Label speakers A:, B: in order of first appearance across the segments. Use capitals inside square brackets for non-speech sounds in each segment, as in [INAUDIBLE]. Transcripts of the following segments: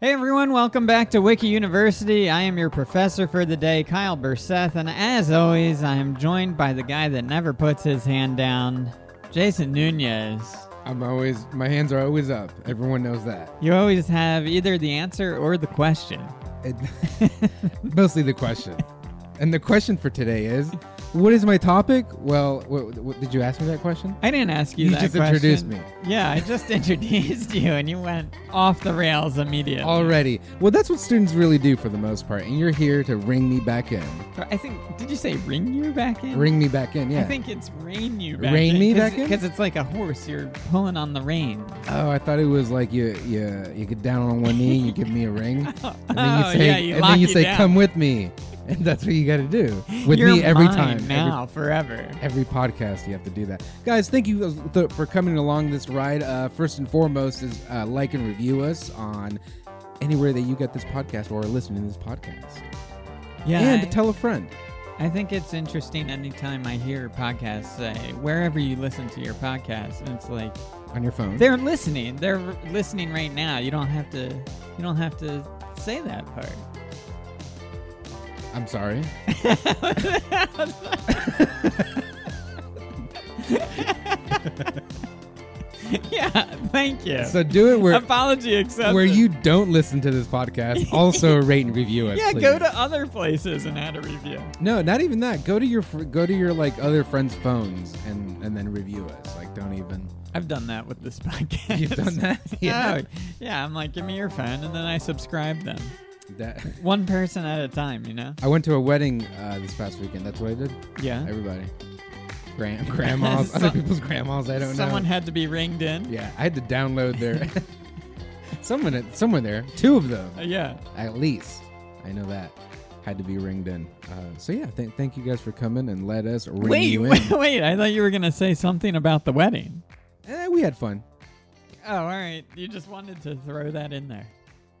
A: Hey everyone, welcome back to Wiki University. I am your professor for the day, Kyle Burseth, and as always, I am joined by the guy that never puts his hand down, Jason Nunez.
B: I'm always my hands are always up. Everyone knows that.
A: You always have either the answer or the question.
B: It, [LAUGHS] mostly the question. And the question for today is, what is my topic? Well, what, what, did you ask me that question?
A: I didn't ask you,
B: You
A: that
B: just
A: question.
B: introduced me.
A: Yeah, I just [LAUGHS] introduced you, and you went off the rails immediately.
B: Already. Well, that's what students really do for the most part. And you're here to ring me back in.
A: I think. Did you say ring you back in?
B: Ring me back in. Yeah.
A: I think it's rein you back
B: Rein
A: in.
B: me back in?
A: Because it's like a horse. You're pulling on the rein.
B: oh, I thought it was like you you you get down on one knee, you give me
A: [LAUGHS]
B: a ring, and then
A: Oh,
B: you say
A: yeah, you
B: and
A: lock
B: then you
A: you
B: say
A: down.
B: come with me. And that's what you got to do with
A: You're
B: me every
A: mine
B: time. every-
A: Now, forever.
B: every podcast you have to do that guys thank you th- for coming along this ride uh, first and foremost is uh, like and review us on anywhere that you get this podcast or are listening to this podcast
A: Yeah.
B: and
A: I,
B: tell a friend
A: I think it's interesting anytime I hear podcasts say, wherever you listen to your podcast, and it's like,
B: on your phone
A: they're listening. They're listening right now. You don't have to, you don't have to say that part. [LAUGHS]
B: i'm sorry
A: yeah, thank you.
B: so do it where
A: Apology accepted.
B: where you don't listen to this
A: [LAUGHS]
B: podcast also rate and review us
A: Yeah,
B: please.
A: go to other places and add a review.
B: no not even that go to your fr- go to your like other friends phones and and then review us like don't even
A: I've done that with this [LAUGHS] podcast.
B: You've done that?
A: [LAUGHS] yeah.
B: Yeah.
A: yeah, I'm like, give me your phone, and then I subscribe them.
B: that [LAUGHS]
A: One person at a time, you know?
B: i went to a wedding uh, this past weekend that's what i did
A: Yeah.
B: Everybody.
A: [LAUGHS]
B: Grand, grandmas, other
A: Some-
B: people's grandmas. I don't
A: Someone
B: know.
A: had to be ringed in.
B: yeah, I had to download their. [LAUGHS] someone, someone there, two of them
A: Uh, yeah.
B: at least. I know that had to be ringed in. Uh, so yeah, th- thank you guys for coming and let us ring
A: Wait,
B: you
A: [LAUGHS]
B: in.
A: wait, wait, I thought you were going to say something about the wedding.
B: [LAUGHS] Eh, we had fun.
A: Oh, all right. You just wanted to throw that in there.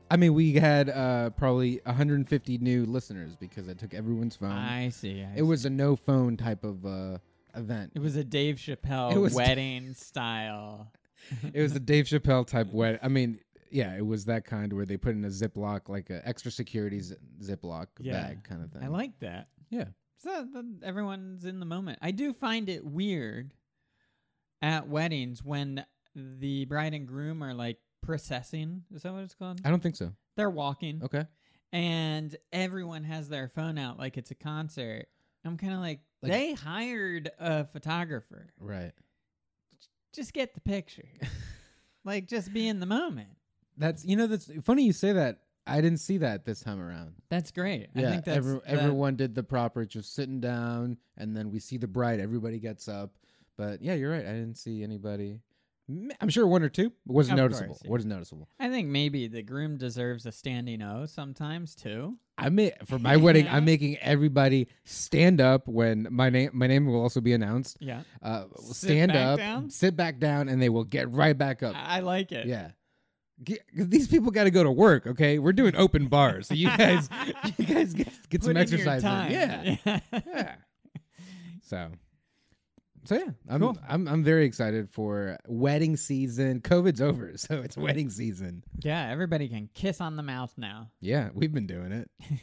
B: I mean, we had uh, probably 150 new listeners because I took everyone's phone.
A: I see. I
B: Um, it was a no phone type of uh, event.
A: It was a Dave Chappelle
B: It was-
A: wedding style.
B: It was the Dave Chappelle type wet. I mean, yeah, it was that kind where they put in a Ziploc, like a extra security zi- Ziploc
A: Yeah.
B: bag kind of thing.
A: I like that.
B: Yeah.
A: So then everyone's in the moment. I do find it weird at weddings when the bride and groom are like processing. Is that what it's called?
B: I don't think so.
A: They're walking,
B: Okay.
A: and everyone has their phone out like it's a concert. I'm kind of like,
B: Like-
A: they hired a photographer.
B: Right.
A: Just get the [LAUGHS] picture. like, just be in the moment.
B: That's you know that's funny you say that. I didn't see that this time around.
A: That's great. I think that's
B: every-
A: that-
B: everyone did the proper just sitting down and then we see the bride, everybody gets up. But yeah, you're right. I didn't see anybody. M- I'm sure one or two but wasn't
A: Of course,
B: noticeable.
A: yeah.
B: Wasn't noticeable.
A: I think maybe the groom deserves a standing O sometimes too.
B: I may,
A: [LAUGHS]
B: for my wedding,
A: Yeah.
B: I'm making everybody stand up when my name my name will also be announced.
A: Yeah.
B: uh,
A: Sit
B: stand
A: back
B: up,
A: down? Ah,
B: sit back down, and they will get right back up.
A: I I like it.
B: yeah. G- 'cause These people got to go to work, okay? We're doing open bars,
A: [LAUGHS]
B: so you guys, you guys get,
A: Put
B: get some
A: in your
B: exercise. in.
A: time. [LAUGHS]
B: Yeah, yeah. So, so yeah, I'm
A: Cool.
B: I'm I'm very excited for wedding season. COVID's over, [LAUGHS] so it's wedding season.
A: Yeah, everybody can kiss on the mouth now.
B: Yeah, we've been doing it. [LAUGHS]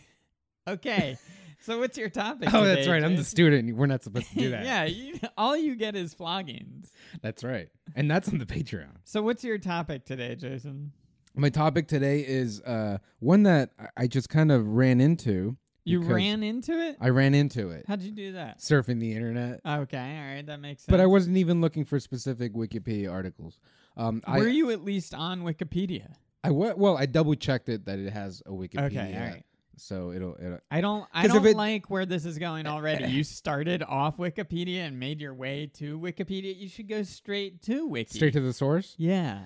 A: Okay. so what's your topic?
B: Oh,
A: today,
B: that's right. I'm the
A: Jason?
B: student. We're not supposed
A: [LAUGHS]
B: to do that.
A: yeah, you, all you get is floggings.
B: that's right. And that's on the Patreon.
A: So what's your topic today, Jason?
B: My topic today is uh, one that I- I just kind of ran into.
A: You
B: because
A: ran into it?
B: I ran into it
A: How'd you do that?
B: surfing the internet,
A: Okay, all right, that makes sense.
B: but I wasn't even looking for specific Wikipedia articles. Um, I,
A: Were you at least on Wikipedia?
B: I wa- well, I double checked it that it has a Wikipedia,
A: Okay, all right.
B: so it'll, it'll.
A: I don't. I
B: 'Cause if
A: don't
B: it- Eh,
A: like where this is going already. you started off Wikipedia and made your way to Wikipedia. You should go straight to Wiki.
B: Straight to the source.
A: yeah.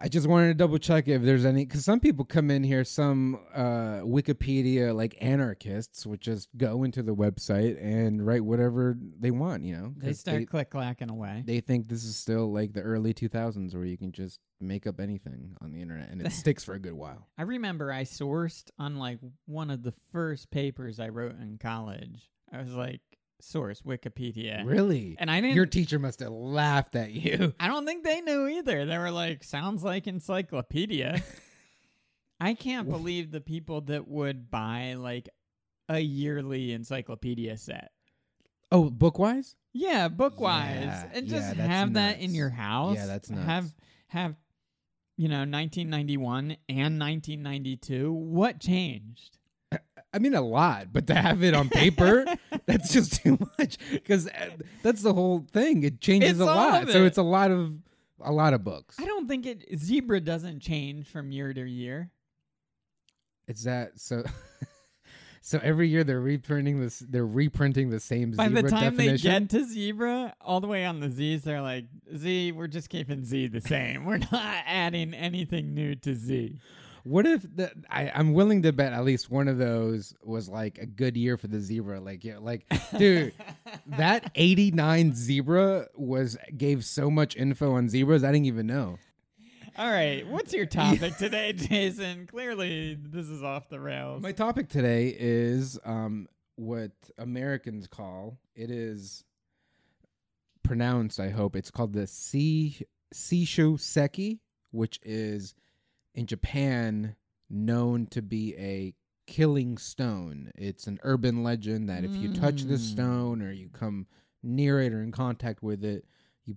B: I just wanted to double check if there's any, because some people come in here, some uh, Wikipedia like anarchists, would just go into the website and write whatever they want. You know,
A: They
B: 'cause
A: start click clacking away.
B: they think this is still like the early 2000s where you can just make up anything on the internet
A: [LAUGHS]
B: and it sticks for a good while.
A: I remember I sourced on like one of the first papers I wrote in college. I was like, source Wikipedia.
B: Really?
A: And I didn't. [LAUGHS]
B: Your teacher must have laughed at you. [LAUGHS]
A: I don't think they knew either. They were like, sounds like encyclopedia. I can't believe the people that would buy like a yearly encyclopedia set.
B: Oh, bookwise?
A: Yeah, bookwise,
B: Yeah,
A: and
B: yeah,
A: just
B: that's
A: have that in
B: nuts.
A: your house.
B: Yeah, that's nuts.
A: Have have you know 1991 and 1992. What changed?
B: I mean, a lot, but to have it
A: [LAUGHS]
B: on paper, that's just too much because that's the whole thing. It changes
A: It's
B: a
A: all
B: lot,
A: of
B: so
A: it.
B: it's a lot of a lot of books.
A: I don't think it zebra doesn't change from year to year.
B: Is that so? [LAUGHS] so every year they're reprinting this. They're reprinting the same
A: By
B: zebra
A: the time
B: definition.
A: they get to zebra, all the way on the Z's, they're like, Z, we're just keeping Z the same. We're not adding anything new to Z.
B: What if the, I, I'm willing to bet at least one of those was like a good year for the zebra? Like, yeah, like, dude, that '89 zebra was gave so much info on zebras. I didn't even know.
A: All right, what's [LAUGHS] your topic today, Jason? Clearly, this is off the rails.
B: My topic today is um, what Americans call it is pronounced. I hope it's called the si sisho seki, which is in Japan known to be a killing stone. It's an urban legend that if you touch this
A: Mm.
B: stone or you come near it or in contact with it, you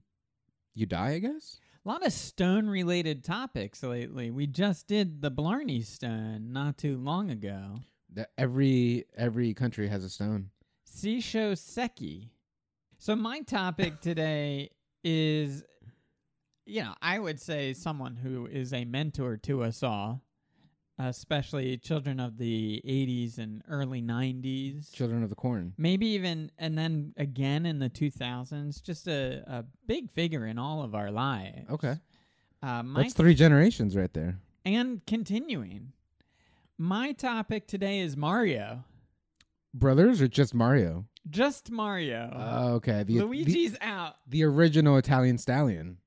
B: you die. I guess.
A: A lot of stone related topics lately. We just did the Blarney Stone not too long ago.
B: That every every country has a stone.
A: Seisho Seki. So my topic today is you know, I would say someone who is a mentor to us all, especially children of the 80s and early 90s.
B: Children of the corn.
A: Maybe even and then again in the 2000s, just a, a big figure in all of our lives.
B: Okay,
A: Uh, my
B: that's three generations right there.
A: and continuing. My topic today is Mario.
B: brothers or just Mario?
A: Just Mario.
B: Oh, okay. The, the,
A: Luigi's out. [LAUGHS]
B: the original Italian stallion.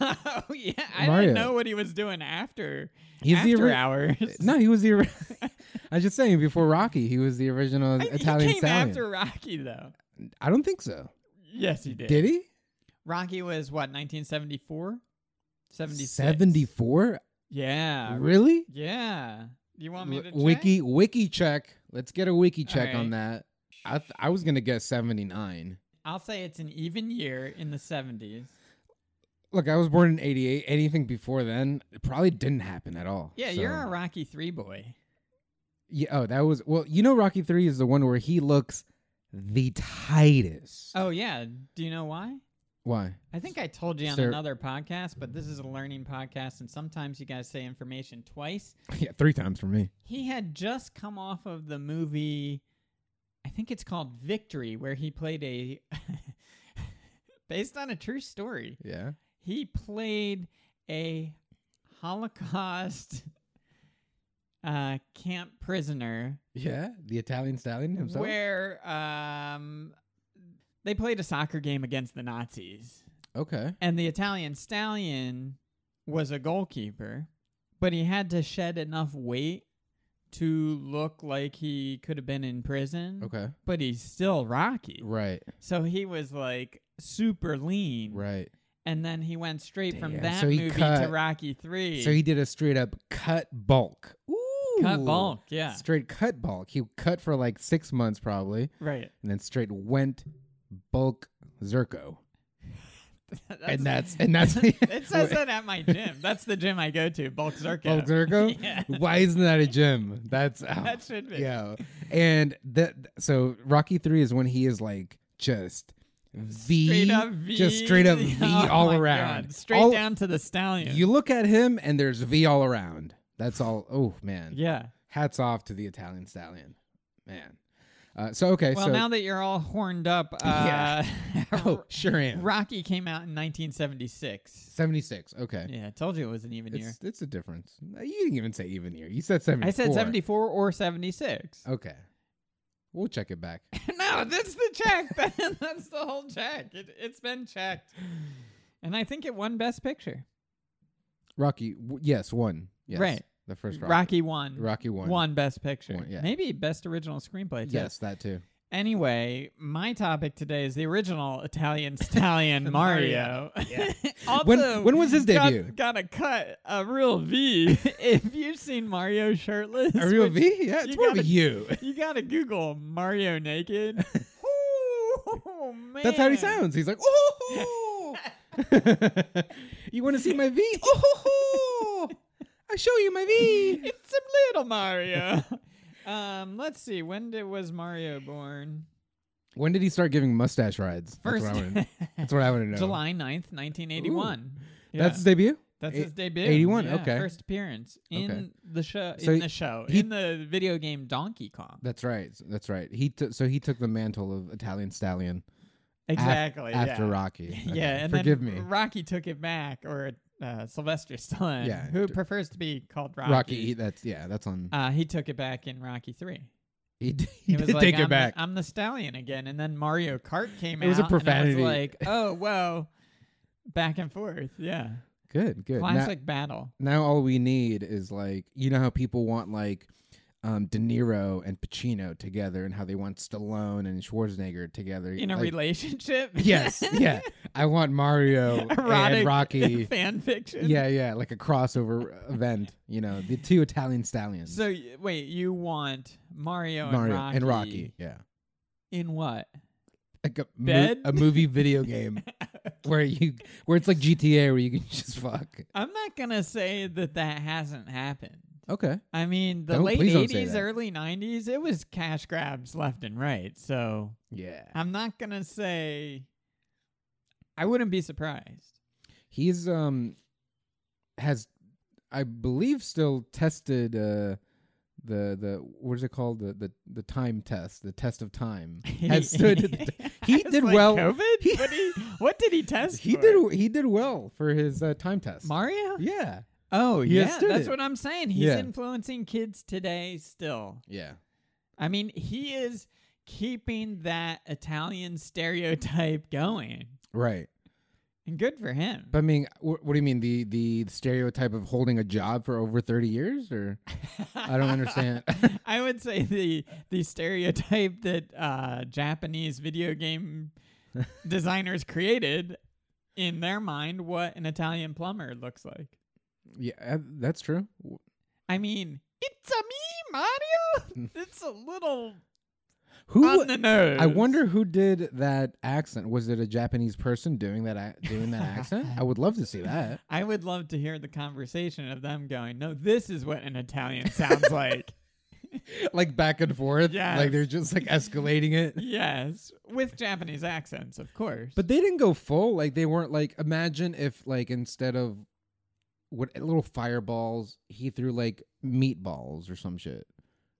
A: oh yeah, I
B: Mario.
A: didn't know what he was doing after
B: He's
A: after
B: the ori-
A: hours.
B: [LAUGHS] No, he was the. ori- I was just saying before Rocky, he was the original
A: I-
B: Italian
A: he came
B: stallion.
A: after Rocky though.
B: I don't think so.
A: Yes, he did.
B: Did he?
A: Rocky was what 1974, 76.
B: Seventy-four. Uh,
A: Yeah,
B: Really?
A: yeah. Do you Uh, want me to
B: W- Wiki wiki check. Let's get a wiki
A: All
B: check
A: right.
B: on that. I th- I was gonna guess seventy-nine.
A: I'll say it's an even year in the 70s.
B: Look, I was born in eighty-eight. Anything before then it probably didn't happen at all.
A: Yeah,
B: So-
A: you're a Rocky three boy.
B: Yeah. Oh, that was well. You know, Rocky Three is the one where he looks the tightest.
A: Oh yeah. Do you know why?
B: Why?
A: I think I told you on
B: Sir-
A: another podcast, but this is a learning podcast, and sometimes you guys say information twice.
B: [LAUGHS] Yeah, three times for me.
A: He had just come off of the movie, I think it's called Victory, where he played a. [LAUGHS] based on a true story,
B: Yeah.
A: he played a Holocaust [LAUGHS] uh, camp prisoner
B: Yeah. The Italian stallion himself.
A: where um, they played a soccer game against the Nazis.
B: Okay.
A: And the Italian stallion was a goalkeeper, but he had to shed enough weight to look like he could have been in prison.
B: Okay.
A: But he's still Rocky.
B: Right.
A: So he was like super lean.
B: Right.
A: And then he went straight from
B: Damn.
A: that
B: So he
A: movie to
B: cut-
A: Rocky 3.
B: So he did a straight up cut bulk. Ooh.
A: cut bulk.
B: [LAUGHS]
A: Yeah.
B: Straight cut bulk. He cut for like six months probably,
A: Right.
B: and then straight went bulk zirco.
A: [LAUGHS] That's- [LAUGHS]
B: and that's and [LAUGHS] that's
A: it says that at my
B: [LAUGHS]
A: gym. That's the gym I go to, Bulk Zirko.
B: bulk zirco. [LAUGHS]
A: Yeah.
B: Why isn't that a gym? That's out.
A: That should be.
B: Yeah. And that so Rocky 3 is when he is like just V
A: Straight up V.
B: just straight up V
A: [LAUGHS] Oh
B: all
A: my God.
B: around.
A: Straight
B: All-
A: down to the stallion.
B: You look at him and there's V all around. That's all. Oh man.
A: yeah.
B: Hats off to the Italian stallion. Man. Uh, so okay,
A: Well,
B: so
A: now that you're all horned up, uh,
B: [LAUGHS] Yeah. [LAUGHS] oh, sure am.
A: Rocky came out in 1976.
B: 76. Okay.
A: Yeah, I told you it was an even year.
B: It's it's a difference. No, You didn't even say even year. You said 74.
A: I said 74 or 76.
B: Okay. We'll check it back.
A: [LAUGHS] no, that's the check. [LAUGHS] Ben. that's the whole check. It, it's been checked. And I think it won Best Picture.
B: Rocky, w- yes, one. Yes.
A: Right.
B: The first Rocky.
A: Rocky won.
B: Rocky won.
A: Won Best Picture.
B: Won, yeah.
A: Maybe Best Original Screenplay, too.
B: Yes, that too.
A: Anyway, my topic today is the original Italian stallion Mario.
B: Yeah.
A: [LAUGHS] also,
B: When- when was his
A: got-
B: debut?
A: Got a cut, a real V.
B: [LAUGHS]
A: if you've seen Mario shirtless,
B: A real
A: which
B: V? Yeah, it's
A: you
B: more of a
A: gotta-
B: [LAUGHS] U.
A: you gotta Google Mario
B: [LAUGHS]
A: naked. oh man,
B: That's how he sounds. [LAUGHS] He's like, oh, [LAUGHS] you want to see my V? [LAUGHS] Oh, I show you my V.
A: It's a little Mario. [LAUGHS] um, let's see. When did, was Mario born?
B: [LAUGHS] When did he start giving mustache rides?
A: First,
B: that's what I want to,
A: [LAUGHS]
B: that's what I [LAUGHS] want to know.
A: July 9th, 1981. Yeah,
B: That's his debut.
A: that's
B: eight-
A: his debut.
B: 81,
A: Yeah,
B: okay.
A: First appearance in
B: Okay.
A: the show.
B: So
A: in
B: he-
A: the show.
B: he-
A: in the video game Donkey Kong.
B: That's right. That's right. He took so he took the mantle of Italian stallion
A: Exactly.
B: after
A: [LAUGHS] yeah.
B: Rocky. [LAUGHS] Okay,
A: yeah, and
B: forgive
A: then
B: me.
A: Rocky took it back, or uh, Sylvester Stallone,
B: Yeah,
A: who
B: d-
A: prefers to be called Rocky.
B: Rocky. E That's yeah. That's on. [LAUGHS]
A: Uh, he took it back in Rocky Three.
B: he d- he
A: it was
B: did
A: like,
B: take
A: I'm
B: it back.
A: The, I'm the stallion again, and then Mario Kart came out.
B: It was a
A: and I
B: profanity.
A: like, oh whoa, back and forth. Yeah,
B: good. Good. Now-
A: classic battle.
B: now all we need is like you know how people want like um, De Niro and Pacino together, and how they want Stallone and Schwarzenegger together
A: in a [LAUGHS]
B: like-
A: relationship.
B: Yes, yeah. I want Mario
A: [LAUGHS] Erotic [LAUGHS]
B: and Rocky.
A: fan fiction.
B: yeah, yeah, like a crossover event. You know, the two Italian stallions,
A: So y- wait, you want Mario,
B: Mario
A: and, Rocky
B: and Rocky. Yeah,
A: in what?
B: like a, mo-
A: Bed?
B: a movie
A: [LAUGHS]
B: video game where you where it's like GTA where you can [LAUGHS] just fuck.
A: I'm not gonna say that that hasn't happened.
B: Okay,
A: I mean, the
B: Don't-
A: late
B: please don't say
A: 80s,
B: that.
A: early 90s, it was cash grabs left and right. So
B: yeah.
A: I'm not gonna say. I wouldn't be surprised.
B: He's um has I believe still tested uh the the what is it called the the the time test the test of
A: [LAUGHS]
B: time has stood the t- [LAUGHS] he
A: I was
B: did
A: like,
B: well
A: COVID?
B: He-
A: what, he, what did
B: [LAUGHS]
A: he test?
B: he
A: for?
B: did he did well for his uh, time test
A: Mario.
B: yeah
A: Oh
B: He has
A: yeah,
B: stood
A: that's
B: it.
A: what I'm saying. He's
B: Yeah.
A: influencing kids today still.
B: yeah
A: I mean, he is keeping that Italian stereotype going,
B: right
A: and good for him. [LAUGHS]
B: but I mean wh- what do you mean the the stereotype of holding a job for over 30 years or I
A: [LAUGHS]
B: don't understand
A: I would say the the stereotype that uh, Japanese video
B: [LAUGHS]
A: game designers created in their mind what an Italian plumber looks like.
B: yeah uh, that's true
A: I mean, it's a me
B: [LAUGHS]
A: Mario. it's a little
B: who
A: on the nose.
B: I wonder who did that accent. Was it a Japanese person doing that ac- doing that accent? I would love to see that.
A: I would love to hear the conversation of them going, "No, this is what an Italian
B: [LAUGHS]
A: sounds like."
B: [LAUGHS] Like back and forth.
A: Yes.
B: Like they're just like escalating it.
A: yes, with Japanese accents, of course.
B: But they didn't go full. Like they weren't like imagine if like instead of what little fireballs, he threw like meatballs or some shit.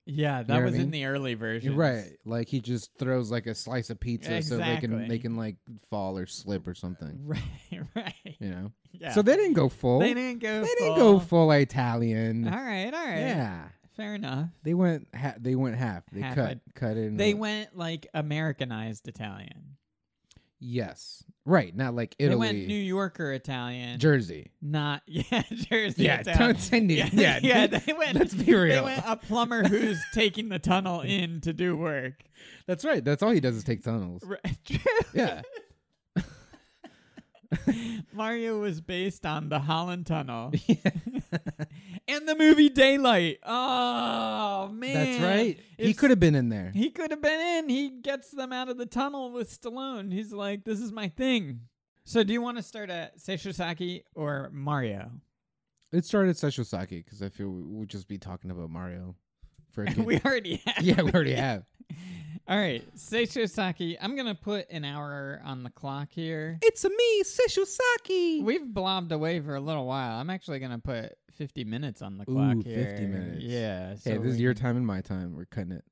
A: yeah, that
B: know what I
A: was
B: mean?
A: in the early version,
B: You're right. Like he just throws like a slice of pizza so they can
A: Exactly.
B: they can like fall or slip or something.
A: [LAUGHS] Right, right.
B: You know?
A: Yeah.
B: So they didn't go full.
A: They didn't go.
B: They
A: full.
B: didn't go full Italian.
A: All right, all right.
B: Yeah.
A: Fair enough.
B: They went. Ha- they went half. They
A: Half
B: cut.
A: it.
B: Cut it. in
A: They
B: a-
A: went like Americanized Italian.
B: Yes. Right. Not like
A: They went New
B: Italy.
A: Yorker Italian.
B: Jersey.
A: not [LAUGHS] yeah, Jersey
B: Yeah.
A: Italian.
B: Don't say New.
A: yeah,
B: Yeah.
A: [LAUGHS] yeah, they went.
B: let's be
A: They
B: real.
A: went a plumber who's taking the tunnel in to do
B: [LAUGHS]
A: work.
B: That's right. That's all he does is take
A: [LAUGHS]
B: tunnels.
A: Right, True.
B: Yeah.
A: Mario was based on the Holland Tunnel
B: [LAUGHS] Yeah.
A: and the movie Daylight. Oh man,
B: That's right. He
A: If
B: could have been in there.
A: He could have been in. He gets them out of the tunnel with Stallone. He's like, this is my thing. So do you want to start at Seishusaki or Mario? [LAUGHS]
B: It started Sesho Saki because I feel we- we'll just be talking
A: [LAUGHS]
B: about Mario for a
A: we
B: kid.
A: already have.
B: [LAUGHS] yeah, we already have.
A: All right, Seishusaki. I'm going to put an hour on the clock here.
B: It's a me, Sesho Saki.
A: We've blobbed away for a little while. I'm actually going to put 50 minutes on the
B: Ooh,
A: clock
B: 50
A: here.
B: minutes.
A: Yeah.
B: Hey,
A: so
B: this is
A: we-
B: your time and my time. We're cutting it.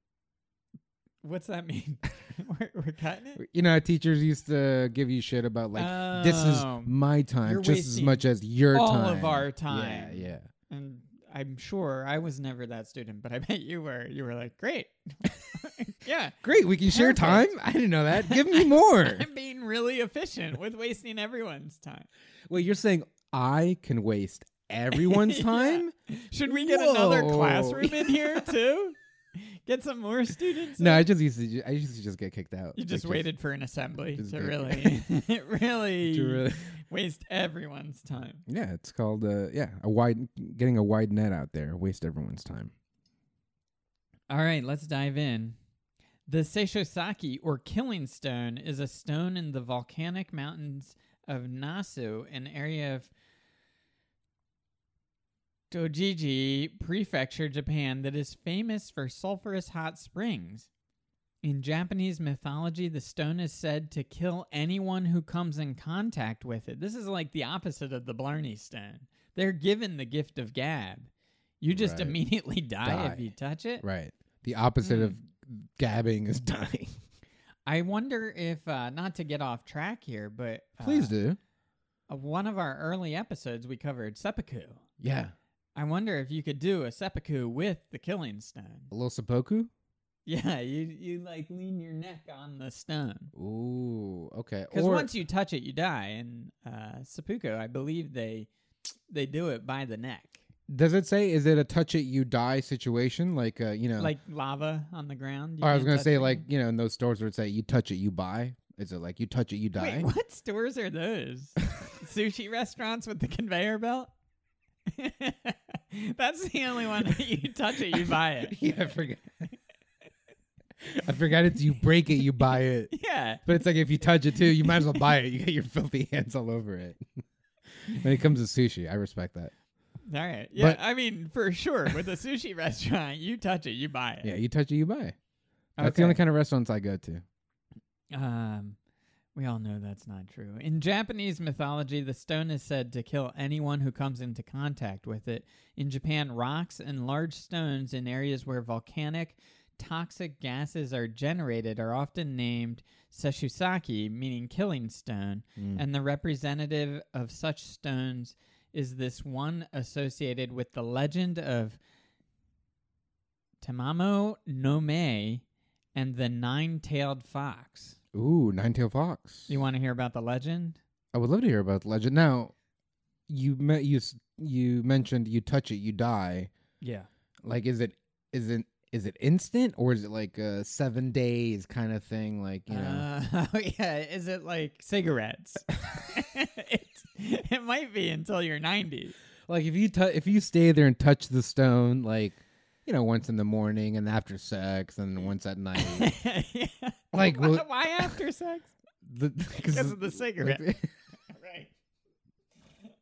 A: What's that mean? [LAUGHS] we're, we're cutting it?
B: You know, how teachers used to give you shit about like, this is
A: Oh.
B: my time
A: You're
B: just as
A: wasting
B: much as your
A: all
B: time.
A: of our time.
B: Yeah, yeah.
A: And I'm sure I was never that student, but I bet you were. You were like, great. [LAUGHS] yeah.
B: Great, we can share time.
A: Perfect.
B: I didn't know that. Give [LAUGHS] me more.
A: I'm being really efficient with wasting everyone's time.
B: Wait, you're saying I can waste everyone's [LAUGHS]
A: Yeah.
B: time?
A: Should we get another
B: Whoa. [LAUGHS]
A: classroom in here too? Get some more students.
B: No,
A: in?
B: I just used to. ju- I used to just get kicked out.
A: you
B: Like,
A: just waited for an assembly
B: just
A: to
B: get-
A: really, [LAUGHS] really,
B: [LAUGHS] to [LAUGHS] really-
A: waste everyone's time.
B: yeah, it's called. Uh, yeah, a wide getting a wide net out there waste everyone's time.
A: All right, let's dive in. The Seishosaki or Killing Stone is a stone in the volcanic mountains of Nasu, an area of Dojiji Prefecture, Japan, that is famous for sulfurous hot springs. In Japanese mythology, the stone is said to kill anyone who comes in contact with it. This is like the opposite of the Blarney Stone. They're given the gift of gab. You just
B: Right.
A: immediately [LAUGHS] die if
B: Die.
A: you touch it.
B: Right. The opposite of gabbing is [LAUGHS] dying.
A: I wonder if, uh, not to get off track here, but uh,
B: Please do.
A: uh, One of our early episodes we covered seppuku.
B: Yeah.
A: I wonder if you could do a seppuku with the killing stone. [LAUGHS]
B: A little seppuku.
A: Yeah, you you like lean your neck on the stone
B: Ooh. Okay.
A: because once you touch it, you die. And uh, seppuku, I believe they they do it by the neck,
B: does it say is it a touch it you die situation like uh, you know?
A: like lava on the ground. you
B: or Oh, I was
A: can't
B: gonna
A: touch
B: say
A: it.
B: like you know in those stores where it say you touch it you buy. Is it like you touch it you die?
A: Wait, [LAUGHS] what stores are those? Sushi restaurants with the conveyor belt? [LAUGHS] That's the only one that you touch it, you buy it.
B: [LAUGHS] yeah, I forgot. I forgot it's you break it, you buy it.
A: Yeah.
B: But it's like if you touch it too, you might as well buy it. You get your filthy [LAUGHS] hands all over it. when it comes to sushi, I respect that.
A: All right. Yeah.
B: But-
A: I mean, for sure, with a sushi restaurant, you touch it, you buy it.
B: Yeah, you touch it, you buy. it. That's the only kind of restaurants I go to.
A: Um, we all know that's not true. In Japanese mythology, the stone is said to kill anyone who comes into contact with it. In Japan, rocks and large stones in areas where volcanic toxic gases are generated are often named seshusaki, meaning killing stone,
B: Hmm.
A: and the representative of such stones is this one associated with the legend of Tamamo no Mei and the nine-tailed fox.
B: Mm. Ooh, nine tail fox.
A: You want to hear about the legend?
B: I would love to hear about the legend. Now, you me- you s- you mentioned you touch it, you die.
A: Yeah.
B: Like, is it is it is it instant or is it like a seven days kind of thing? Like, you know,
A: Uh, [LAUGHS] oh yeah. Is it like
B: [LAUGHS]
A: cigarettes? it's, it might be until you're 90.
B: like if you tou if you stay there and touch the stone, like you know, once in the morning and after sex, and then once at [LAUGHS] night,
A: yeah.
B: [LAUGHS] like
A: Why,
B: will,
A: why after
B: [LAUGHS]
A: sex?
B: the,
A: Because of the cigarette.
B: like,
A: right.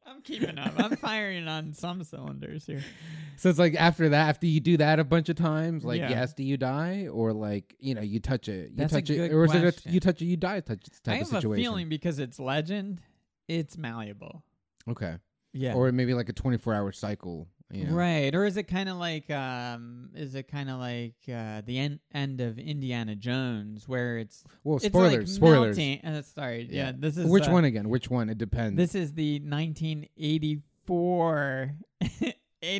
A: I'm keeping up. I'm firing on some cylinders here.
B: [LAUGHS] so it's like after that, after you do that a bunch of times, like
A: Yeah.
B: yes, do you die, or like you know, you touch it, you
A: That's a
B: touch it,
A: good
B: or is it a,
A: question.
B: you touch it, you die, touch type
A: I
B: of
A: have a
B: situation?
A: feeling because it's legend, it's malleable.
B: Okay.
A: Yeah.
B: Or maybe like a 24 hour cycle. You know?
A: Right. Or is it kind of like um is it kind of like uh the end end of Indiana Jones where it's
B: Well,
A: it's
B: spoilers.
A: like
B: spoilers.
A: melting uh, sorry. Yeah.
B: Yeah.
A: this is
B: Which
A: uh,
B: one again? Which one? It depends.
A: This is the [LAUGHS] 1984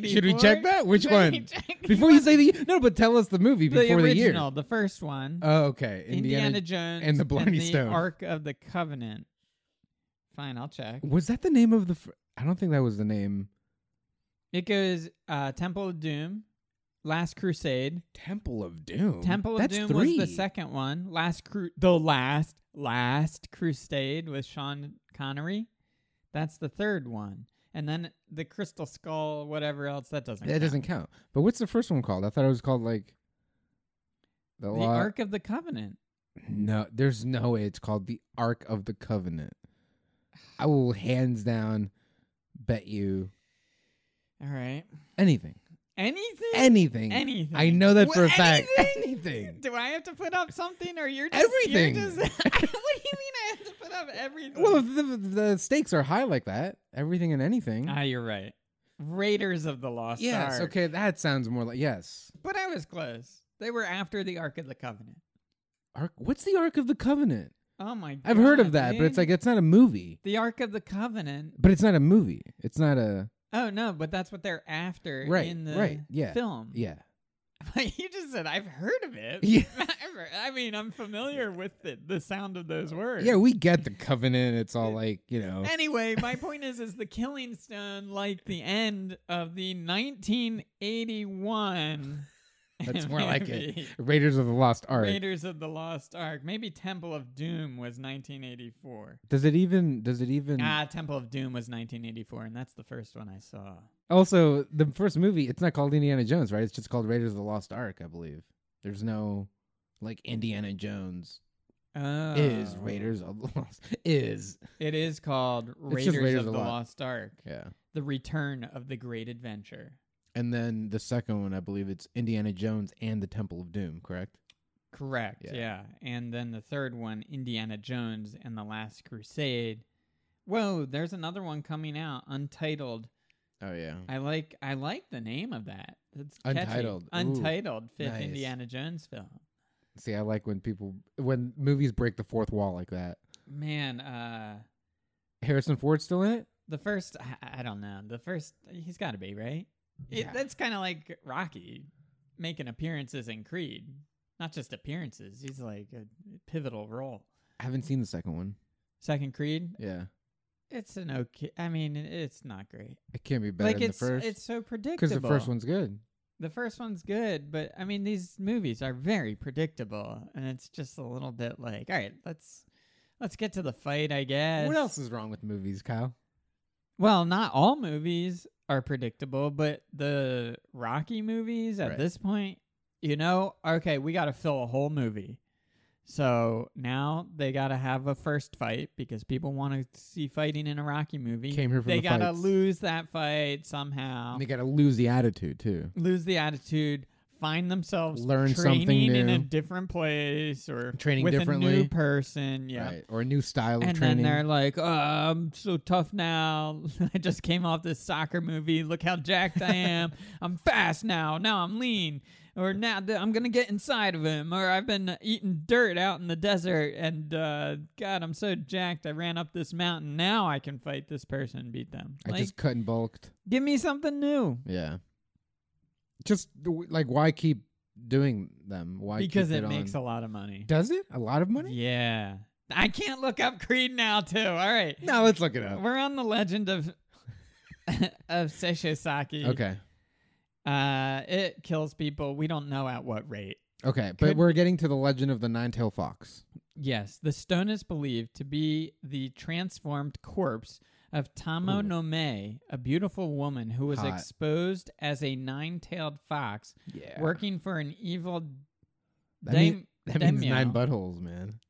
B: Should we check that? Which
A: Should we
B: one?
A: check
B: [LAUGHS] Before you say the no, but tell us the movie
A: the
B: before the year.
A: original, the first one.
B: Oh, okay.
A: Indiana, Jones
B: and the Blarney Stone.
A: Ark of the Covenant. Fine, I'll check.
B: Was that the name of the? Fr- I don't think that was the name.
A: It goes uh, Temple of Doom, Last Crusade.
B: Temple of Doom.
A: Temple of
B: That's
A: Doom
B: three.
A: was the second one. Last Cru- the last last Crusade with Sean Connery. That's the third one. And then the Crystal Skull, whatever else that doesn't.
B: That
A: count.
B: doesn't count. But what's the first one called? I thought it was called like the,
A: The
B: Lo-
A: Ark of the Covenant.
B: No, there's no way it's called the Ark of the Covenant. I will hands down bet you
A: All right.
B: anything.
A: Anything.
B: anything.
A: Anything.
B: I know that for a
A: Wha-
B: fact.
A: anything?
B: [LAUGHS] Anything.
A: Do I have to put up something, or you're just you're
B: Everything. [LAUGHS]
A: just- [LAUGHS] what do you mean I have to put up everything?
B: Well, if the, the stakes are high like that. Everything and anything.
A: ah, you're right. Raiders of the Lost
B: yes.
A: Ark.
B: Okay, that sounds more like yes.
A: But I was close. They were after the Ark of the Covenant.
B: Ark. What's the Ark of the Covenant?
A: Oh my god.
B: I've heard of that, but it's
A: dude.
B: like it's not a movie.
A: the Ark of the Covenant.
B: But it's not a movie. It's not a
A: Oh no, but that's what they're after
B: Right,
A: in the
B: right, yeah,
A: film. [LAUGHS]
B: yeah. [LAUGHS]
A: you just said I've heard of it.
B: Yeah.
A: [LAUGHS] I've heard- I mean, I'm familiar with the, the sound of those words.
B: Yeah, we get the covenant. It's all like you know.
A: Anyway, my point is, is the Killing Stone like the end of the 1981
B: [LAUGHS] That's more like it.
A: Maybe.
B: Raiders of the Lost Ark.
A: Raiders of the Lost Ark. Maybe Temple of Doom was 1984.
B: Does it even? Does it even?
A: Ah, Temple of Doom was 1984, and that's the first one I saw.
B: also, the first movie. It's not called Indiana Jones, right? It's just called Raiders of the Lost Ark, I believe. There's no like Indiana Jones
A: Oh.
B: is Raiders of the [LAUGHS] Lost is
A: It is called Raiders,
B: just Raiders
A: of the
B: a lot.
A: Lost Ark.
B: yeah.
A: The Return of the Great Adventure.
B: And then the second one, I believe it's Indiana Jones and the Temple of Doom, correct?
A: Correct.
B: Yeah.
A: Yeah. And then the third one, Indiana Jones and the Last Crusade. Whoa, there's another one coming out, Untitled.
B: Oh yeah.
A: I like I like the name of that. It's
B: Untitled. Ooh,
A: Catchy. Untitled fifth
B: nice.
A: Indiana Jones film.
B: See, I like when people when movies break the fourth wall like that.
A: Man, uh
B: Harrison Ford still in it?
A: the first I, I don't know. The first he's got to be, right? It,
B: Yeah.
A: that's kind of like Rocky making appearances in Creed. Not just appearances. He's like a pivotal role.
B: I haven't seen the second one.
A: Second Creed,
B: Yeah.
A: it's an okay. I mean, it's not great.
B: It can't be better
A: like
B: than
A: it's
B: the first.
A: it's so predictable.
B: because the first one's good.
A: the first one's good, but I mean these movies are very predictable, and it's just a little bit like, all right, let's let's get to the fight, I guess.
B: What else is wrong with movies, Kyle?
A: Well, not all movies are predictable, but the Rocky movies at
B: Right.
A: this point, you know, okay, we got to fill a whole movie. So now they got to have a first fight because people want to see fighting in a Rocky movie.
B: Came here for
A: they
B: the
A: gotta
B: fights.
A: lose that fight somehow.
B: And they got to lose the attitude too.
A: lose the attitude, find themselves
B: Learn something
A: training in a
B: new.
A: different place or
B: Training
A: with a
B: differently.
A: new person. Yeah.
B: Right. Or a new style of
A: And
B: training.
A: then they're like, oh, I'm so tough now. [LAUGHS] I just came off this soccer movie. Look how jacked I
B: [LAUGHS]
A: am. I'm fast now. Now I'm lean. Or now th- I'm going to get inside of him. Or I've been eating dirt out in the desert. And uh, God, I'm so jacked. I ran up this mountain. Now I can fight this person and beat them.
B: I
A: like,
B: just cut and bulked.
A: give me something new.
B: Yeah. Just the w- like why keep doing them? Why
A: because
B: keep
A: it,
B: it,
A: makes
B: on?
A: a lot of money.
B: does it a lot of money?
A: Yeah. I can't look up Creed now too. All right.
B: No, let's look it up.
A: We're on the legend of [LAUGHS] of Seishisaki.
B: Okay.
A: Uh it kills people. We don't know at what rate.
B: Okay, but
A: Could-
B: we're getting to the legend of the nine-tailed fox.
A: Yes, the stone is believed to be the transformed corpse of Tamo
B: Ooh.
A: no Mei, a beautiful woman who was
B: Hot.
A: exposed as a nine-tailed fox
B: Yeah.
A: working for an evil
B: That mean-
A: daim-
B: [LAUGHS] that means nine
A: daimyo.
B: buttholes, man.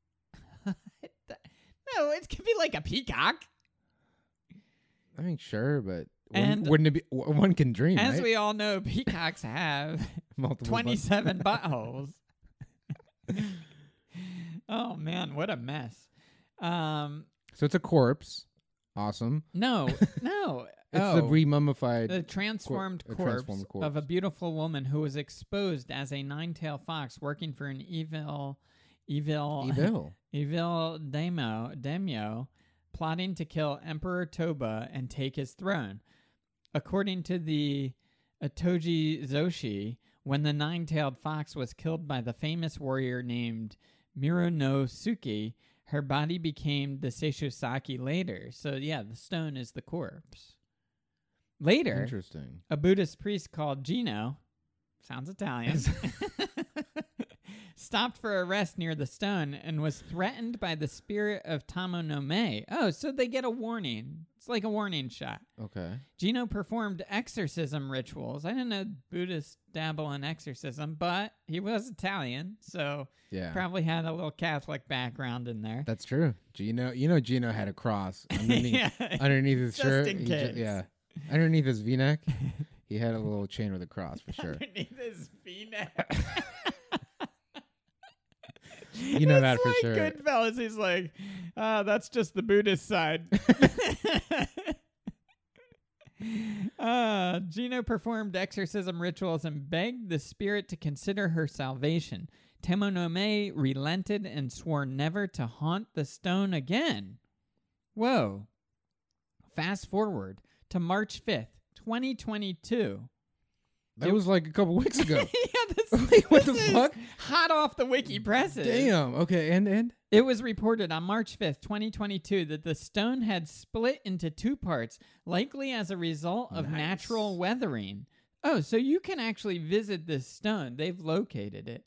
A: No, it could be like a peacock.
B: I mean, sure, but
A: And-
B: wouldn't, wouldn't it be? w- One can dream,
A: As
B: right?
A: we all know, peacocks have
B: [LAUGHS] Multiple butt- [LAUGHS]
A: 27 buttholes. [LAUGHS] oh man, what a mess. Um
B: So it's a corpse. Awesome.
A: no, no.
B: [LAUGHS] It's
A: oh,
B: the re-mummified.
A: the transformed,
B: a
A: corpse
B: transformed corpse.
A: of a beautiful woman who was exposed as a nine-tailed fox working for an evil evil
B: [LAUGHS] evil.
A: [LAUGHS] evil daimyo, daimyo plotting to kill Emperor Toba and take his throne. According to the Itoji Zoshi, when the nine tailed fox was killed by the famous warrior named Mironosuke, her body became the Seishusaki later. So, yeah, the stone is the corpse. Later,
B: Interesting.
A: a Buddhist priest called Gino, sounds Italian, [LAUGHS] stopped for a rest near the stone and was threatened by the spirit of Tamo no Mei. Oh, so they get a warning. It's like a warning shot.
B: Okay.
A: Gino performed exorcism rituals. I didn't know Buddhists dabble in exorcism, but he was Italian, so
B: Yeah.
A: probably had a little Catholic background in there.
B: That's true. Gino, you know, Gino had
A: [LAUGHS]
B: a cross underneath,
A: yeah.
B: underneath his
A: Just
B: shirt.
A: in
B: He ju-
A: case.
B: yeah. Underneath his
A: [LAUGHS]
B: V-neck, he had a little chain with a cross for sure.
A: Underneath his V-neck.
B: You
A: [LAUGHS]
B: know that for
A: like
B: sure.
A: Goodfellas, he's like, uh, that's just the Buddhist
B: [LAUGHS]
A: side. uh, Gino performed exorcism rituals and begged the spirit to consider her salvation. Temonome relented and swore never to haunt the stone again. Whoa. Fast forward to March 5th, 2022.
B: That was like a
A: [LAUGHS]
B: couple weeks ago.
A: yeah, this,
B: [LAUGHS] Wait, what the
A: this is
B: fuck?
A: Hot off the wiki presses.
B: Damn. Okay. And and
A: It was reported on March 5th, 2022, that the stone had split into two parts, likely as a result of
B: Nice.
A: natural weathering. Oh, so you can actually visit this stone. They've located it.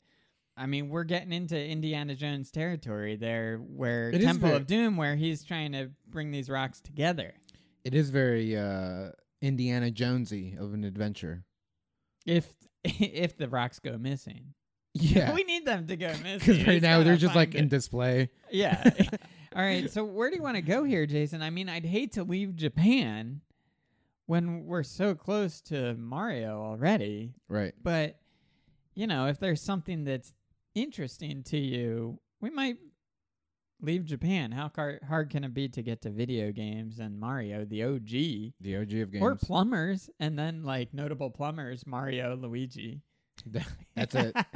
A: I mean, we're getting into Indiana Jones territory there, where
B: It is
A: Temple
B: very-
A: of Doom, where he's trying to bring these rocks together.
B: It is very uh, Indiana Jonesy of an adventure.
A: If [LAUGHS] if the rocks go missing, [LAUGHS]
B: Yeah,
A: we need them to
B: [LAUGHS]
A: go missing.
B: because right
A: He's
B: now
A: gotta
B: they're just like
A: find
B: in
A: it.
B: display.
A: yeah. [LAUGHS] All right. So where do you want to go here, Jason? I mean, I'd hate to leave Japan when we're so close to Mario already.
B: Right.
A: But you know, if there's something that's interesting to you, we might leave Japan. How car- hard can it be to get to video games and Mario, the OG,
B: The OG of games.
A: or plumbers, and then like notable plumbers, Mario, Luigi. [LAUGHS]
B: That's it.
A: That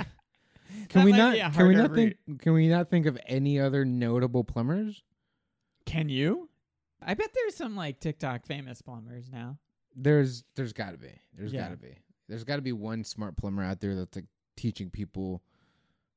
B: Can we
A: might
B: not?
A: be a
B: Can we
A: harder
B: not think? Can we not think of any other notable plumbers?
A: Can you? I bet there's some like TikTok famous plumbers now.
B: There's, there's got to be. There's
A: Yeah.
B: got to be. There's got to be one smart plumber out there that's like teaching people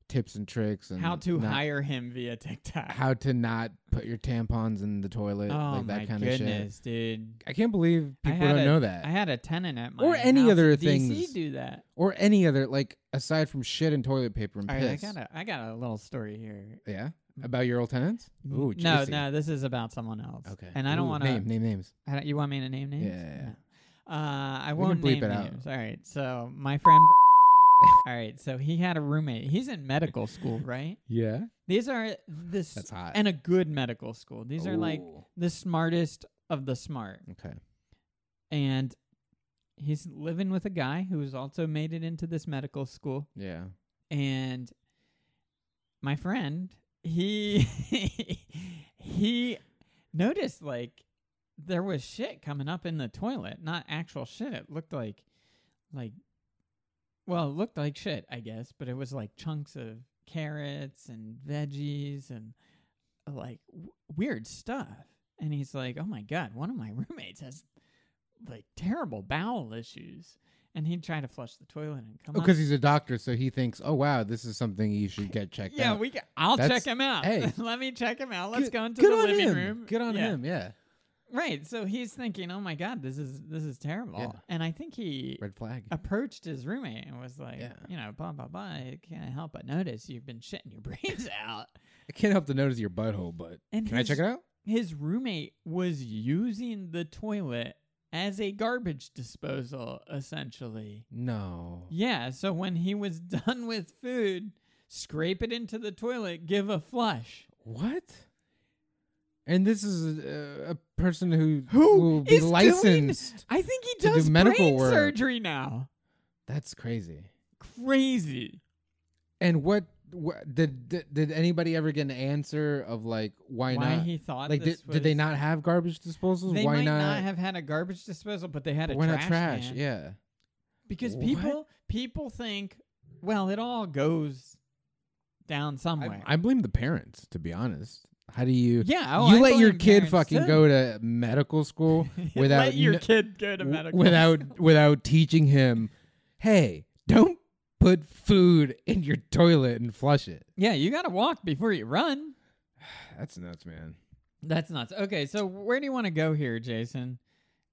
B: tips and tricks and
A: How to
B: not-
A: hire him via TikTok?
B: how to not put your tampons in the toilet,
A: oh
B: like
A: my
B: that kind of shit.
A: goodness, dude!
B: I can't believe
A: I
B: people
A: had
B: don't
A: a-
B: know that.
A: I had a tenant at my
B: Or any
A: house
B: other
A: in DC
B: things.
A: do that.
B: or any other like aside from shit and toilet paper and
A: All
B: piss.
A: right, I got a I got a little story here.
B: yeah, about your old tenants. Ooh,
A: Mm. no,
B: juicy.
A: no, this is about someone else.
B: Okay,
A: and I don't
B: Ooh,
A: want
B: name
A: to.
B: name names.
A: You want me to name names?
B: Yeah, yeah, yeah.
A: No. Uh, I
B: We can
A: won't
B: bleep
A: name
B: it out.
A: names. All right, so my friend. [LAUGHS] All right, so he had a roommate. He's in medical school, right?
B: Yeah,
A: These are this
B: that's hot.
A: and a good medical school. These are like
B: Ooh.
A: the smartest of the smart.
B: okay.
A: and he's living with a guy who's also made it into this medical school
B: Yeah,
A: and my friend he [LAUGHS] he noticed like there was shit coming up in the toilet not actual shit it looked like like well it looked like shit i guess but it was like chunks of carrots and veggies and uh, like w- weird stuff and he's like oh my god one of my [LAUGHS] roommates has like terrible bowel issues and he'd try to flush the toilet and come
B: oh,
A: up
B: because he's a doctor, so he thinks, oh wow, this is something you should get checked
A: yeah,
B: out.
A: we. Can, I'll
B: That's-
A: check him out.
B: hey.
A: [LAUGHS] let me check him out. Let's
B: Good-
A: go into
B: good
A: the
B: on
A: living
B: him.
A: room.
B: Good on
A: Yeah.
B: him. Yeah,
A: Right. So he's thinking, "Oh my god, this is this is terrible."
B: Yeah.
A: And I think he
B: red flag.
A: approached his roommate and was like,
B: Yeah.
A: "You know, blah blah blah. I can't help but notice you've been shitting your [LAUGHS] brains out."
B: I can't help to notice your
A: [LAUGHS]
B: butthole, but
A: And
B: can I
A: his,
B: check it out?
A: His roommate was using the toilet as a garbage disposal, essentially.
B: No.
A: Yeah. So when he was [LAUGHS] done with food, scrape it into the toilet, give a flush.
B: What? And this is a, a person who
A: Who
B: will be
A: is doing-
B: licensed.
A: I think he
B: to do
A: does
B: medical
A: brain
B: work.
A: surgery now.
B: That's crazy.
A: Crazy.
B: And what, what did, did did anybody ever get an answer of like why,
A: Why
B: not?
A: he thought
B: like
A: this
B: did, did they
A: was-
B: not have garbage disposals?
A: They
B: why
A: might not? have had a garbage disposal, but they had a
B: why
A: trash,
B: not trash?
A: can.
B: Yeah.
A: Because
B: What?
A: people people think, well, it all goes down somewhere.
B: I, I blame the parents to be honest. How do you
A: Oh yeah, oh,
B: you
A: I
B: let your
A: blame
B: kid
A: parents,
B: fucking
A: too.
B: go to medical school
A: [LAUGHS]
B: without
A: let your
B: kn-
A: kid go to
B: w-
A: medical
B: without without teaching him, hey, don't put food in your toilet and flush it.
A: Yeah, you got to walk before you run.
B: That's nuts, man.
A: That's nuts. Okay, so where do you want to go here, Jason?